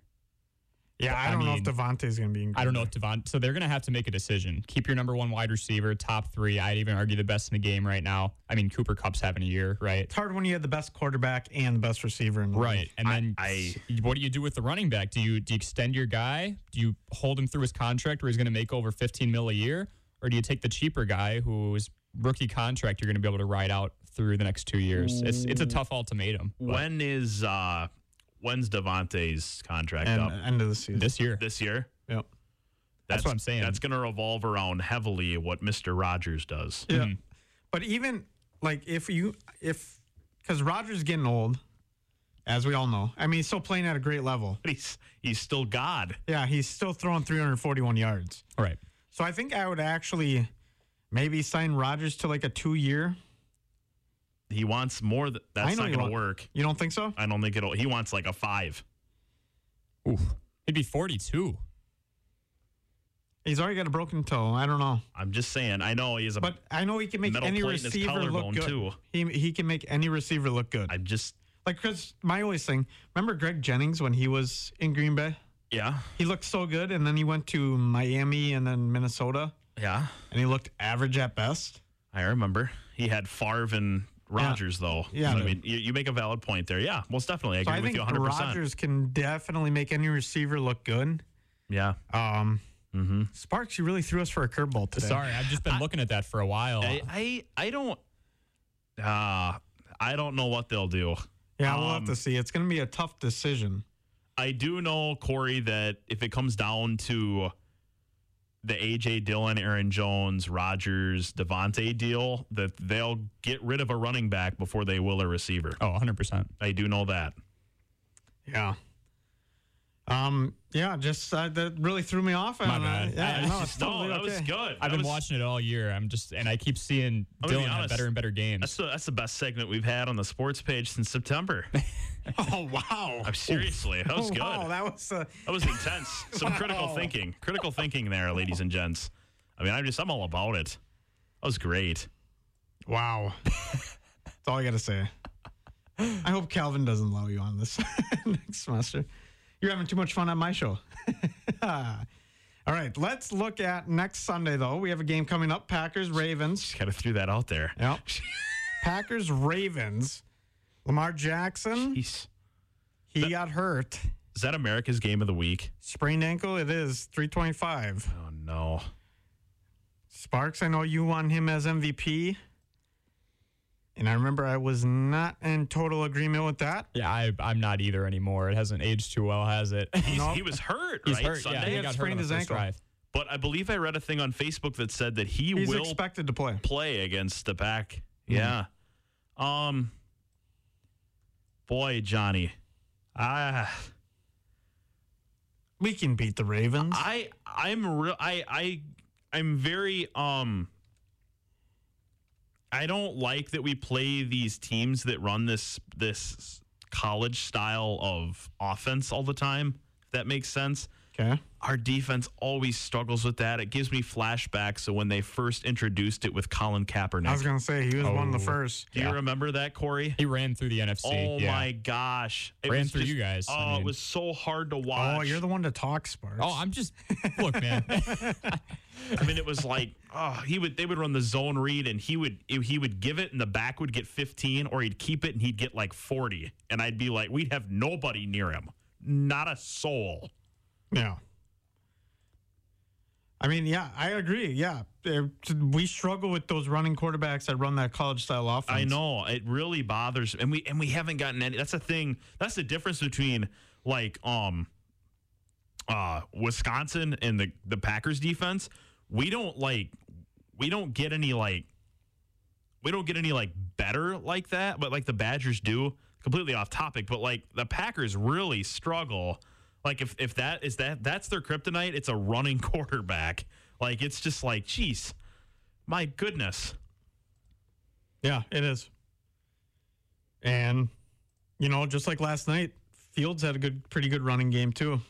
Speaker 1: Yeah, I
Speaker 2: I
Speaker 1: don't know if
Speaker 2: mean,
Speaker 1: Devontae's going to be in
Speaker 2: I don't know
Speaker 1: Green
Speaker 2: if Devon. So they're going to have to make a decision. Keep your number one wide receiver, top three. I'd even argue the best in the game right now. I mean, Cooper Cup's having a year, right?
Speaker 1: It's hard when you had the best quarterback and the best receiver in the league.
Speaker 2: And then
Speaker 3: I-
Speaker 2: what do you do with the running back? Do you do you extend your guy? Do you hold him through his contract where he's going to make over 15 mil a year, or do you take the cheaper guy whose rookie contract you're going to be able to ride out through the next two years? It's it's a tough ultimatum. but
Speaker 3: When is uh when's Devontae's contract
Speaker 1: And
Speaker 3: up?
Speaker 1: end of the season.
Speaker 2: this year,
Speaker 3: This year?
Speaker 1: yep.
Speaker 2: That's what I'm saying.
Speaker 3: That's going to revolve around heavily what Mr. Rogers does.
Speaker 1: Yeah.
Speaker 2: Mm-hmm.
Speaker 1: But even like if you if because Rogers getting old, as we all know. I mean, he's still playing at a great level.
Speaker 3: But he's he's still God.
Speaker 1: Yeah, he's still throwing 341 yards.
Speaker 2: all right.
Speaker 1: So I think I would actually maybe sign Rogers to like a two year.
Speaker 3: He wants more. Th-
Speaker 1: I
Speaker 3: that's
Speaker 1: know
Speaker 3: not
Speaker 1: you
Speaker 3: going
Speaker 1: want-
Speaker 3: to work.
Speaker 1: You don't think so?
Speaker 3: I don't think it'll. He wants like a five.
Speaker 2: Oof. He'd be 42.
Speaker 1: He's already got a broken toe. I don't know,
Speaker 3: I'm just saying. I know he's a.
Speaker 1: but I know he can make
Speaker 3: Metal
Speaker 1: any
Speaker 3: plate in his
Speaker 1: receiver look
Speaker 3: collarbone,
Speaker 1: good.
Speaker 3: too.
Speaker 1: He he can make any receiver look good.
Speaker 3: I'm just.
Speaker 1: Like, cause my always thing. Remember Greg Jennings when he was in Green Bay?
Speaker 3: Yeah.
Speaker 1: He looked so good, and then he went to Miami and then Minnesota,
Speaker 3: Yeah.
Speaker 1: and he looked average at best.
Speaker 3: I remember. He had Favre and Rogers though.
Speaker 1: Yeah.
Speaker 3: So, I mean, you, you make a valid point there. Yeah. Most definitely. I
Speaker 1: So
Speaker 3: agree
Speaker 1: I
Speaker 3: with
Speaker 1: think
Speaker 3: you 100. percent
Speaker 1: Rodgers can definitely make any receiver look good.
Speaker 3: Yeah. mm-hmm.
Speaker 1: Um, Sparks, you really threw us for a curveball today.
Speaker 2: Sorry, I've just been looking at that for a while.
Speaker 3: I I, I don't. Uh, I don't know what they'll do.
Speaker 1: Yeah, we'll have
Speaker 3: Um,
Speaker 1: to see. It's going to be a tough decision.
Speaker 3: I do know Corey that if it comes down to the AJ Dillon, Aaron Jones, Rogers, Devontae deal, that they'll get rid of a running back before they will a receiver.
Speaker 2: oh, 100%.
Speaker 3: I do know that.
Speaker 1: Yeah. Um. Yeah. Just uh, that really threw me off.
Speaker 2: My
Speaker 1: and, uh,
Speaker 2: bad.
Speaker 1: yeah.
Speaker 2: I-
Speaker 1: no, it's totally
Speaker 3: that
Speaker 1: okay.
Speaker 3: was good.
Speaker 2: I've
Speaker 3: That
Speaker 2: been
Speaker 3: was-
Speaker 2: watching it all year. I'm just, and I keep seeing
Speaker 3: I'm gonna be
Speaker 2: Dylan have
Speaker 3: honest.
Speaker 2: better and better
Speaker 3: That's
Speaker 2: games.
Speaker 3: the, that's the best segment we've had on the sports page since September.
Speaker 1: Oh wow.
Speaker 3: I'm seriously, that was
Speaker 1: oh,
Speaker 3: good.
Speaker 1: Wow, that was. Uh,
Speaker 3: That was intense. Some critical
Speaker 1: Wow.
Speaker 3: thinking. Critical thinking there, ladies and gents. I mean, I'm just I'm all about it. That was great.
Speaker 1: Wow. That's all I got to say. I hope Calvin doesn't allow you on this next semester. You're having too much fun on my show. all right, let's look at next Sunday, though. We have a game coming up Packers, Ravens.
Speaker 3: Kind of threw that out there.
Speaker 1: Yep. Packers, Ravens. Lamar Jackson,
Speaker 3: Jeez.
Speaker 1: he got hurt.
Speaker 3: Is that America's game of the week?
Speaker 1: Sprained ankle, it is 325.
Speaker 3: Oh no.
Speaker 1: Sparks, I know you won him as MVP. And I remember I was not in total agreement with that.
Speaker 2: Yeah, I, I'm not either anymore. It hasn't aged too well, has it?
Speaker 3: He's,
Speaker 1: Nope.
Speaker 3: He was hurt,
Speaker 2: He's
Speaker 3: right?
Speaker 2: hurt. Yeah,
Speaker 3: Sunday.
Speaker 2: he
Speaker 1: had
Speaker 2: got hurt on
Speaker 1: sprained
Speaker 2: the
Speaker 1: his
Speaker 2: first
Speaker 1: ankle.
Speaker 2: drive.
Speaker 3: But I believe I read a thing on Facebook that said that he
Speaker 1: He's
Speaker 3: will
Speaker 1: expected to play.
Speaker 3: play against the pack.
Speaker 2: Hmm.
Speaker 3: Yeah. Um. Boy, Johnny. Ah.
Speaker 1: We can beat the Ravens.
Speaker 3: I I'm real I I I'm very um I don't like that we play these teams that run this this college style of offense all the time. If that makes sense.
Speaker 1: okay.
Speaker 3: Our defense always struggles with that. It gives me flashbacks of when they first introduced it with Colin Kaepernick.
Speaker 1: I was going to say he was one of the
Speaker 2: Oh.
Speaker 1: first.
Speaker 3: Do you remember that, Corey?
Speaker 2: He ran through the NFC.
Speaker 3: Oh
Speaker 2: yeah.
Speaker 3: my gosh! It
Speaker 2: Ran
Speaker 3: was
Speaker 2: through you guys.
Speaker 3: Oh,
Speaker 2: I mean-
Speaker 3: it was so hard to watch.
Speaker 1: Oh, you're the one to talk, Sparks.
Speaker 2: Oh, I'm just look, man.
Speaker 3: I mean, it was like, oh, he would. They would run the zone read, and he would he would give it, and the back would get 15, or he'd keep it, and he'd get like 40, and I'd be like, we'd have nobody near him, not a soul.
Speaker 1: yeah. I mean, yeah, I agree. Yeah. Uh, We struggle with those running quarterbacks that run that college style offense.
Speaker 3: I know it really bothers, and we and we haven't gotten any. That's the thing. That's the difference between like um, uh, Wisconsin and the the Packers defense. We don't like we don't get any like we don't get any like better like that, but like the Badgers do. Completely off topic, but like the Packers really struggle. Like if if that is that that's their kryptonite, it's a running quarterback. Like it's just like, geez, my goodness.
Speaker 1: Yeah, it is. And, you know, just like last night, Fields had a good, pretty good running game too.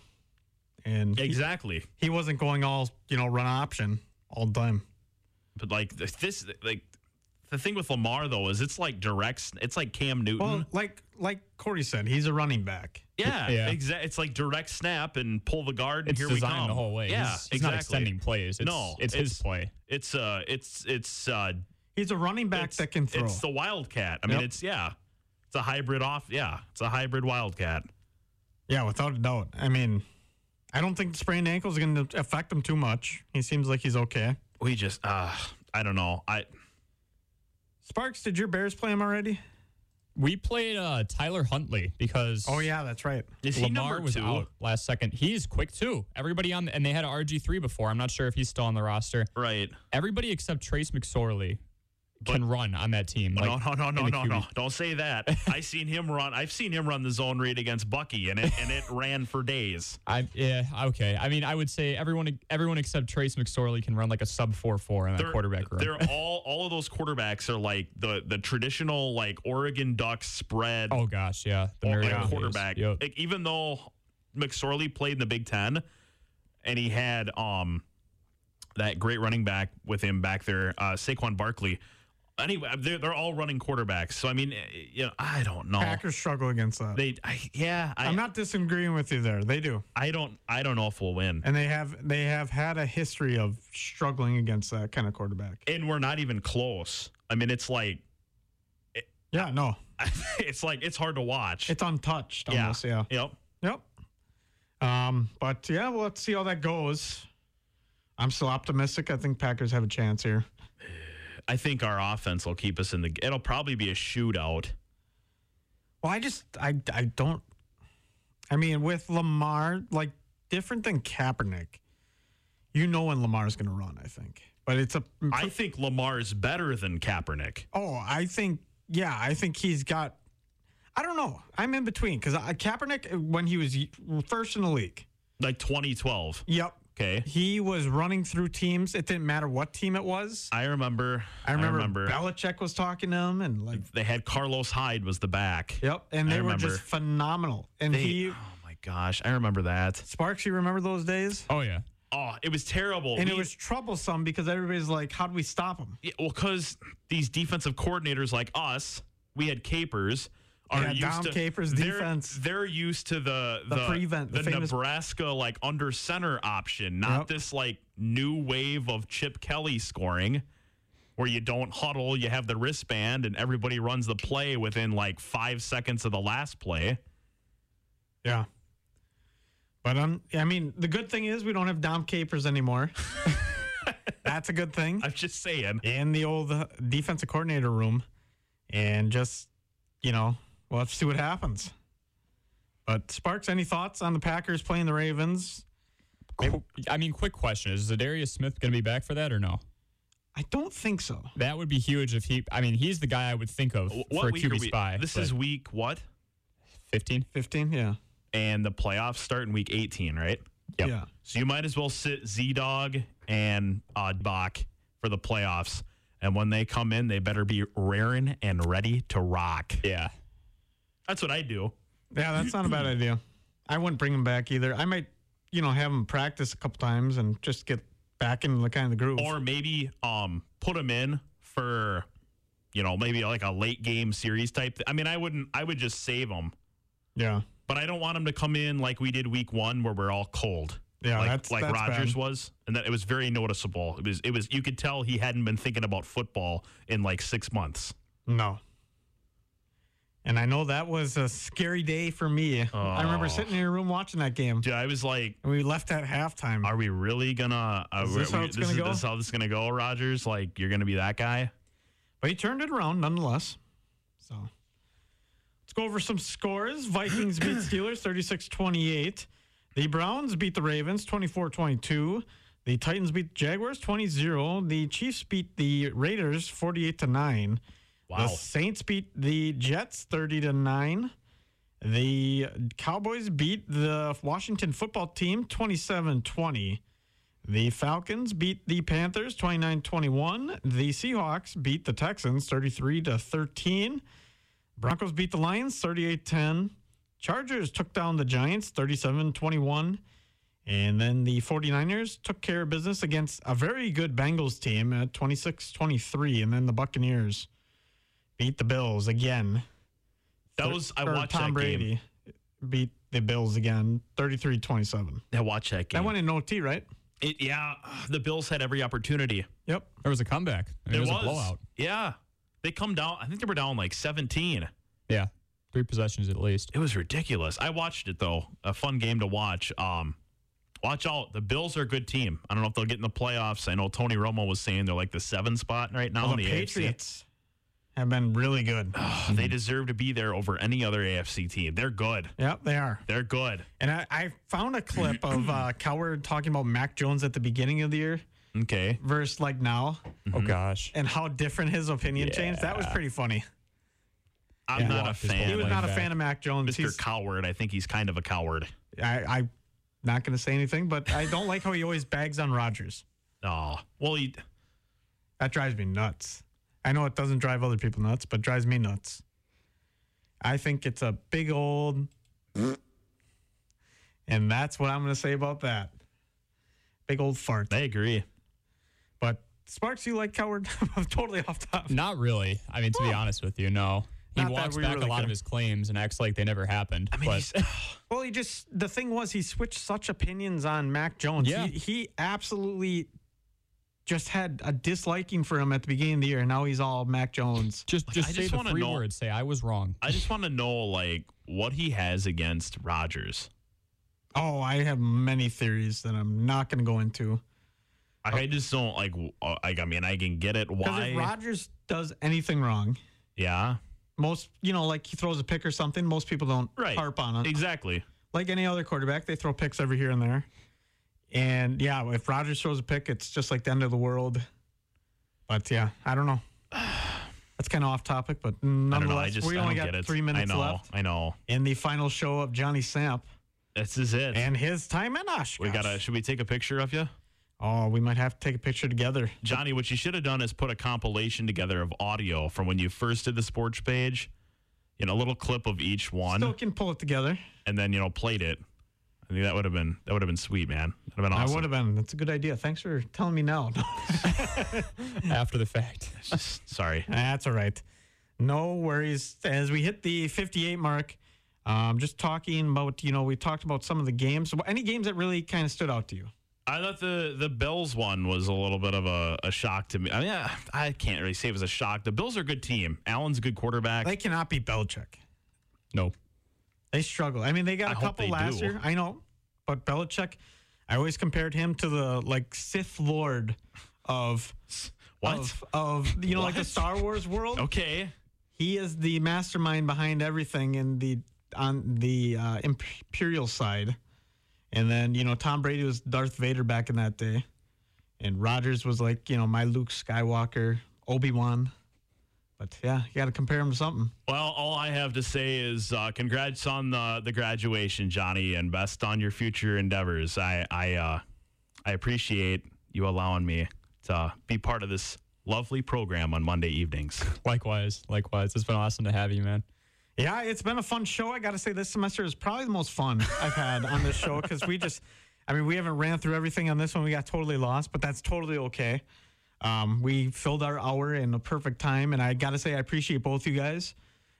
Speaker 1: And he-
Speaker 3: Exactly.
Speaker 1: he, wasn't going all, you know, run option all the time.
Speaker 3: But like th- this, like the thing with Lamar though is it's like direct. sn- It's like Cam Newton.
Speaker 1: Well, like like Corey said, he's a running back.
Speaker 3: yeah,
Speaker 2: Yeah.
Speaker 3: exactly. It's like direct snap and pull the guard. and
Speaker 2: It's
Speaker 3: here we come
Speaker 2: designed the whole way.
Speaker 3: Yeah,
Speaker 2: he's, he's
Speaker 3: exactly.
Speaker 2: not extending plays. It's,
Speaker 3: No,
Speaker 2: it's, his
Speaker 3: it's-
Speaker 2: play.
Speaker 3: It's uh, it's it's uh,
Speaker 1: He's a running back
Speaker 3: it's,
Speaker 1: that can throw.
Speaker 3: It's the wildcat. I mean,
Speaker 1: Yep.
Speaker 3: it's yeah, it's a hybrid off. Yeah, it's a hybrid wildcat.
Speaker 1: yeah, without a doubt. I mean, I don't think the sprained ankle is going to affect him too much. He seems like he's okay.
Speaker 3: We just uh, I don't know. I
Speaker 1: Sparks, did your Bears play him already?
Speaker 2: We played uh, Tyler Huntley because
Speaker 1: Oh yeah, that's right.
Speaker 3: is he
Speaker 2: Lamar
Speaker 3: number
Speaker 2: was
Speaker 3: two?
Speaker 2: out last second. He's quick too. Everybody on and they had RG three before. I'm not sure if he's still on the roster.
Speaker 3: Right.
Speaker 2: Everybody except Trace McSorley can run on that team.
Speaker 3: No,
Speaker 2: Like,
Speaker 3: no, no, no,
Speaker 2: in the
Speaker 3: no,
Speaker 2: QB.
Speaker 3: no! Don't say that. I seen him run. I've seen him run the zone read against Bucky, and it and it ran for days.
Speaker 2: I yeah okay. I mean, I would say everyone everyone except Trace McSorley can run like a sub four four in that quarterback room.
Speaker 3: They're all all of those quarterbacks are like the the traditional like Oregon Ducks spread
Speaker 2: Oh gosh, yeah, the
Speaker 3: like,
Speaker 2: Mariota days.
Speaker 3: quarterback.
Speaker 2: Yep.
Speaker 3: Like even though McSorley played in the Big Ten, and he had um that great running back with him back there, uh, Saquon Barkley. Anyway, they're they're all running quarterbacks. So I mean, eh, you know, I don't know.
Speaker 1: Packers struggle against that.
Speaker 3: They, I, yeah, I,
Speaker 1: I'm not disagreeing with you there. They do,
Speaker 3: I don't, I don't know if we'll win.
Speaker 1: and they have they have had a history of struggling against that kind of quarterback.
Speaker 3: and we're not even close. I mean, it's like
Speaker 1: Yeah, no,
Speaker 3: it's like it's hard to watch.
Speaker 1: it's untouched
Speaker 3: Yeah.
Speaker 1: almost. Yeah,
Speaker 3: yep.
Speaker 1: yep. Um, but yeah, well, let's see how that goes. I'm still optimistic. I think Packers have a chance here.
Speaker 3: I think our offense will keep us in the. It'll probably be a shootout.
Speaker 1: Well, I just I I don't. I mean, with Lamar, like different than Kaepernick, you know when Lamar's going to run. I think, but it's a
Speaker 3: I think Lamar is better than Kaepernick.
Speaker 1: Oh, I think yeah, I think he's got. I don't know. I'm in between because Kaepernick uh, when he was first in the league.
Speaker 3: Like 2012.
Speaker 1: Yep,
Speaker 3: Okay.
Speaker 1: he was running through teams. It didn't matter what team it was.
Speaker 3: I remember.
Speaker 1: I remember, Belichick was talking to him and like.
Speaker 3: they had Carlos Hyde was the back.
Speaker 1: Yep, and
Speaker 3: I
Speaker 1: they were
Speaker 3: remember.
Speaker 1: just phenomenal. And
Speaker 3: They-
Speaker 1: he
Speaker 3: oh my gosh, I remember that.
Speaker 1: Sparks, you remember those days?
Speaker 2: oh yeah,
Speaker 3: Oh, it was terrible.
Speaker 1: And it
Speaker 3: We-
Speaker 1: was troublesome because everybody's like, "How do we stop him?"
Speaker 3: Yeah, well, because these defensive coordinators like us, we had capers. Are
Speaker 1: Yeah,
Speaker 3: used
Speaker 1: Dom
Speaker 3: to,
Speaker 1: Capers
Speaker 3: they're-
Speaker 1: defense.
Speaker 3: They're used to the
Speaker 1: The prevent- the
Speaker 3: the
Speaker 1: famous-
Speaker 3: Nebraska like under center option, not
Speaker 1: Yep.
Speaker 3: this like new wave of Chip Kelly scoring, where you don't huddle, you have the wristband, and everybody runs the play within like five seconds of the last play.
Speaker 1: Yeah. But um, I mean, the good thing is we don't have Dom Capers anymore. That's a good thing.
Speaker 3: I'm just saying.
Speaker 1: in the old uh, defensive coordinator room and just, you know, we'll have to see what happens. But Sparks, any thoughts on the Packers playing the Ravens?
Speaker 2: Qu- I mean, quick question: Is Zadarius Smith going to be back for that or no?
Speaker 1: I don't think so.
Speaker 2: That would be huge if he. I mean, he's the guy I would think of
Speaker 3: Wh-
Speaker 2: for a
Speaker 3: What week are
Speaker 2: QB
Speaker 3: we?
Speaker 2: spy.
Speaker 3: This
Speaker 2: but
Speaker 3: is week what?
Speaker 2: 15.
Speaker 1: 15, yeah.
Speaker 3: And the playoffs start in week 18, right?
Speaker 2: Yep.
Speaker 1: Yeah.
Speaker 3: So you might as well sit Z Dog and Oddbach for the playoffs. And when they come in, they better be raring and ready to rock.
Speaker 2: Yeah.
Speaker 3: That's what I do.
Speaker 1: Yeah, that's not a bad idea. I wouldn't bring him back either. I might, you know, have him practice a couple times and just get back in the kind of the groove.
Speaker 3: Or maybe um put them in for you know, maybe like a late game series type. I mean, I wouldn't I would just save them.
Speaker 1: yeah.
Speaker 3: But I don't want them to come in like we did week 1 where we're all cold.
Speaker 1: Yeah,
Speaker 3: like
Speaker 1: that's
Speaker 3: like
Speaker 1: that's
Speaker 3: Rogers
Speaker 1: bad.
Speaker 3: was, and that it was very noticeable. It was it was you could tell he hadn't been thinking about football in like 6 months.
Speaker 1: No. And I know that was a scary day for me. I remember
Speaker 3: Oh.
Speaker 1: sitting in your room watching that game,
Speaker 3: Dude, I was like
Speaker 1: and we left at halftime.
Speaker 3: are we really gonna? Uh,
Speaker 1: Is this
Speaker 3: we-
Speaker 1: how it's
Speaker 3: this,
Speaker 1: gonna
Speaker 3: is,
Speaker 1: go?
Speaker 3: this how this is gonna go, Rogers? Like you're gonna be that guy?
Speaker 1: But he turned it around nonetheless. So let's go over some scores. Vikings beat Steelers 36 28. The Browns beat the Ravens 24 22. The Titans beat Jaguars 20 0. The Chiefs beat the Raiders 48 to 9. The
Speaker 3: Wow.
Speaker 1: Saints beat the Jets 30 to 9. The Cowboys beat the Washington football team 27 20. The Falcons beat the Panthers 29 21. The Seahawks beat the Texans 33 to 13. Broncos beat the Lions 38 10. Chargers took down the Giants 37 21. And then the 49ers took care of business against a very good Bengals team at 26 23. And then the Buccaneers beat the Bills again.
Speaker 3: That was I
Speaker 1: Or
Speaker 3: watched
Speaker 1: Tom
Speaker 3: that
Speaker 1: Brady
Speaker 3: game.
Speaker 1: beat the Bills again 33 27.
Speaker 3: I watched that game.
Speaker 1: That went in OT, right?
Speaker 3: It- yeah, the Bills had every opportunity.
Speaker 1: Yep.
Speaker 2: There was a comeback. I mean, it was, a blowout.
Speaker 3: Yeah, they come down. I think they were down like 17.
Speaker 2: Yeah, three possessions at least.
Speaker 3: It was ridiculous. I watched it though. A fun game to watch. Um, watch out. The Bills are a good team. I don't know if they'll get in the playoffs. I know Tony Romo was saying they're like the seven spot right now.
Speaker 1: Well,
Speaker 3: in
Speaker 1: Oh, the
Speaker 3: the AFC.
Speaker 1: Patriots have been really good.
Speaker 3: Ugh, they deserve to be there over any other AFC team. They're good.
Speaker 1: Yep, they are.
Speaker 3: They're good.
Speaker 1: And I, I found a clip of uh, Coward talking about Mac Jones at the beginning of the year
Speaker 3: Okay.
Speaker 1: versus like now
Speaker 3: Mm-hmm.
Speaker 2: Oh gosh.
Speaker 1: and how different his opinion changed. That was pretty funny.
Speaker 3: I'm
Speaker 2: Yeah.
Speaker 3: not a
Speaker 2: Walked his
Speaker 1: He
Speaker 3: fan
Speaker 1: was
Speaker 2: Running
Speaker 1: not a
Speaker 2: back.
Speaker 1: fan of Mac Jones.
Speaker 3: Mr.
Speaker 1: He's,
Speaker 3: Coward. I think he's kind of a coward.
Speaker 1: I, I'm not going to say anything, but I don't like how he always bags on Rodgers.
Speaker 3: Oh, well, he,
Speaker 1: That drives me nuts. I know it doesn't drive other people nuts, but drives me nuts. I think it's a big old. And that's what I'm going to say about that. Big old fart.
Speaker 3: I agree.
Speaker 1: But Sparks, you like Coward? I'm totally off top.
Speaker 2: Not really. I mean, to be honest with you, no. He
Speaker 1: Not that
Speaker 2: walks
Speaker 1: we
Speaker 2: back
Speaker 1: really
Speaker 2: a lot
Speaker 1: care.
Speaker 2: of his claims and acts like they never happened.
Speaker 3: I mean,
Speaker 2: but
Speaker 3: he's,
Speaker 1: Well, he just the thing was he switched such opinions on Mac Jones.
Speaker 2: Yeah.
Speaker 1: He, he absolutely just had a disliking for him at the beginning of the year, and now he's all Mac Jones.
Speaker 2: just
Speaker 3: Like,
Speaker 2: just
Speaker 3: I
Speaker 2: say
Speaker 3: just
Speaker 2: the
Speaker 3: wanna
Speaker 2: three
Speaker 3: know-
Speaker 2: words. Say I was wrong.
Speaker 3: I just want to know like what he has against Rogers.
Speaker 1: Oh, I have many theories that I'm not going to go into.
Speaker 3: I just don't like. w- uh, Like I mean, I can get it.
Speaker 1: Because
Speaker 3: Why?
Speaker 1: if Rodgers does anything wrong,
Speaker 3: yeah.
Speaker 1: most you know, like he throws a pick or something, most people don't
Speaker 3: Right.
Speaker 1: harp on it.
Speaker 3: Exactly.
Speaker 1: Like any other quarterback, they throw picks every here and there. And yeah, if Rodgers throws a pick, it's just like the end of the world. But yeah, I don't know. That's kind of off topic, but
Speaker 3: I
Speaker 1: nonetheless,
Speaker 3: don't know. I just
Speaker 1: we
Speaker 3: I
Speaker 1: only
Speaker 3: don't
Speaker 1: got
Speaker 3: get it.
Speaker 1: three minutes
Speaker 3: I know.
Speaker 1: left
Speaker 3: I know.
Speaker 1: in the final show of Johnny Samp
Speaker 3: This is it.
Speaker 1: and his time in Oshkosh.
Speaker 3: we gotta. Should we take a picture of you,
Speaker 1: Oh, we might have to take a picture together.
Speaker 3: Johnny? What you should have done is put a compilation together of audio from when you first did the sports page, you know, a little clip of each one,
Speaker 1: Still can pull it together.
Speaker 3: and then you know played it. I think that would have been that would have been sweet, man. That would have been
Speaker 1: I
Speaker 3: awesome.
Speaker 1: would have been. That's a good idea. Thanks for telling me now.
Speaker 2: after the fact.
Speaker 3: Just- Sorry.
Speaker 1: That's all right. No worries. As we hit the 58 mark, um, just talking about, you know, we talked about some of the games. Any games that really kind of stood out to you?
Speaker 3: I thought the the Bills one was a little bit of a, a shock to me. I mean, I, I can't really say it was a shock. The Bills are a good team. Allen's a good quarterback.
Speaker 1: They cannot beat Belichick.
Speaker 2: No.
Speaker 1: They struggle. I mean, they got
Speaker 3: I
Speaker 1: a
Speaker 3: hope
Speaker 1: couple
Speaker 3: they
Speaker 1: last
Speaker 3: do.
Speaker 1: year. I know, but Belichick, I always compared him to the like Sith Lord of
Speaker 3: what?
Speaker 1: of, of you know like the
Speaker 3: What?
Speaker 1: Star Wars world.
Speaker 3: Okay.
Speaker 1: He is the mastermind behind everything in the on the uh, imperial side. And then you know Tom Brady was Darth Vader back in that day, and Rogers was like you know my Luke Skywalker, Obi Wan. But yeah, you got to compare him to something.
Speaker 3: Well, all I have to say is uh, congrats on the the graduation, Johnny, and best on your future endeavors. I I uh, I appreciate you allowing me to be part of this lovely program on Monday evenings.
Speaker 2: Likewise. Likewise. It's been awesome to have you, man.
Speaker 1: Yeah, it's been a fun show. I got to say, this semester is probably the most fun I've had on this show because we just, I mean, we haven't ran through everything on this one. We got totally lost, but that's totally okay. Um, we filled our hour in a perfect time, and I got to say, I appreciate both you guys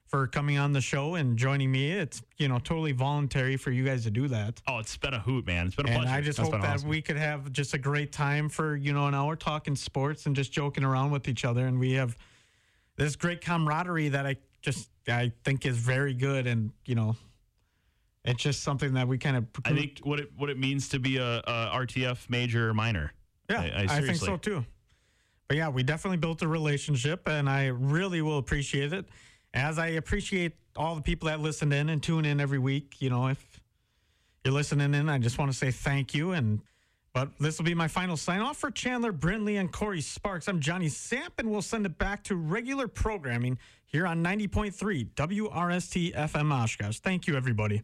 Speaker 1: for coming on the show and joining me. It's you know totally voluntary for you guys to do that,
Speaker 3: Oh, it's been a hoot, man. It's been a
Speaker 1: and
Speaker 3: pleasure.
Speaker 1: I just
Speaker 2: That's
Speaker 1: hope
Speaker 2: been
Speaker 1: that
Speaker 2: awesome.
Speaker 1: we could have just a great time for you know an hour talking sports and just joking around with each other, and we have this great camaraderie that I just I think is very good, and you know, it's just something that we kind of.
Speaker 3: I think what it what it means to be a, a RTF major or minor.
Speaker 1: yeah,
Speaker 3: I- I
Speaker 1: think
Speaker 3: seriously-
Speaker 1: so too. But yeah, we definitely built a relationship, and I really will appreciate it, as I appreciate all the people that listen in and tune in every week. You know, if you're listening in, I just want to say thank you and. But this will be my final sign off for Chandler Brindley and Corey Sparks. I'm Johnny Samp, and we'll send it back to regular programming here on 90.3 WRST FM Oshkosh. Thank you, everybody.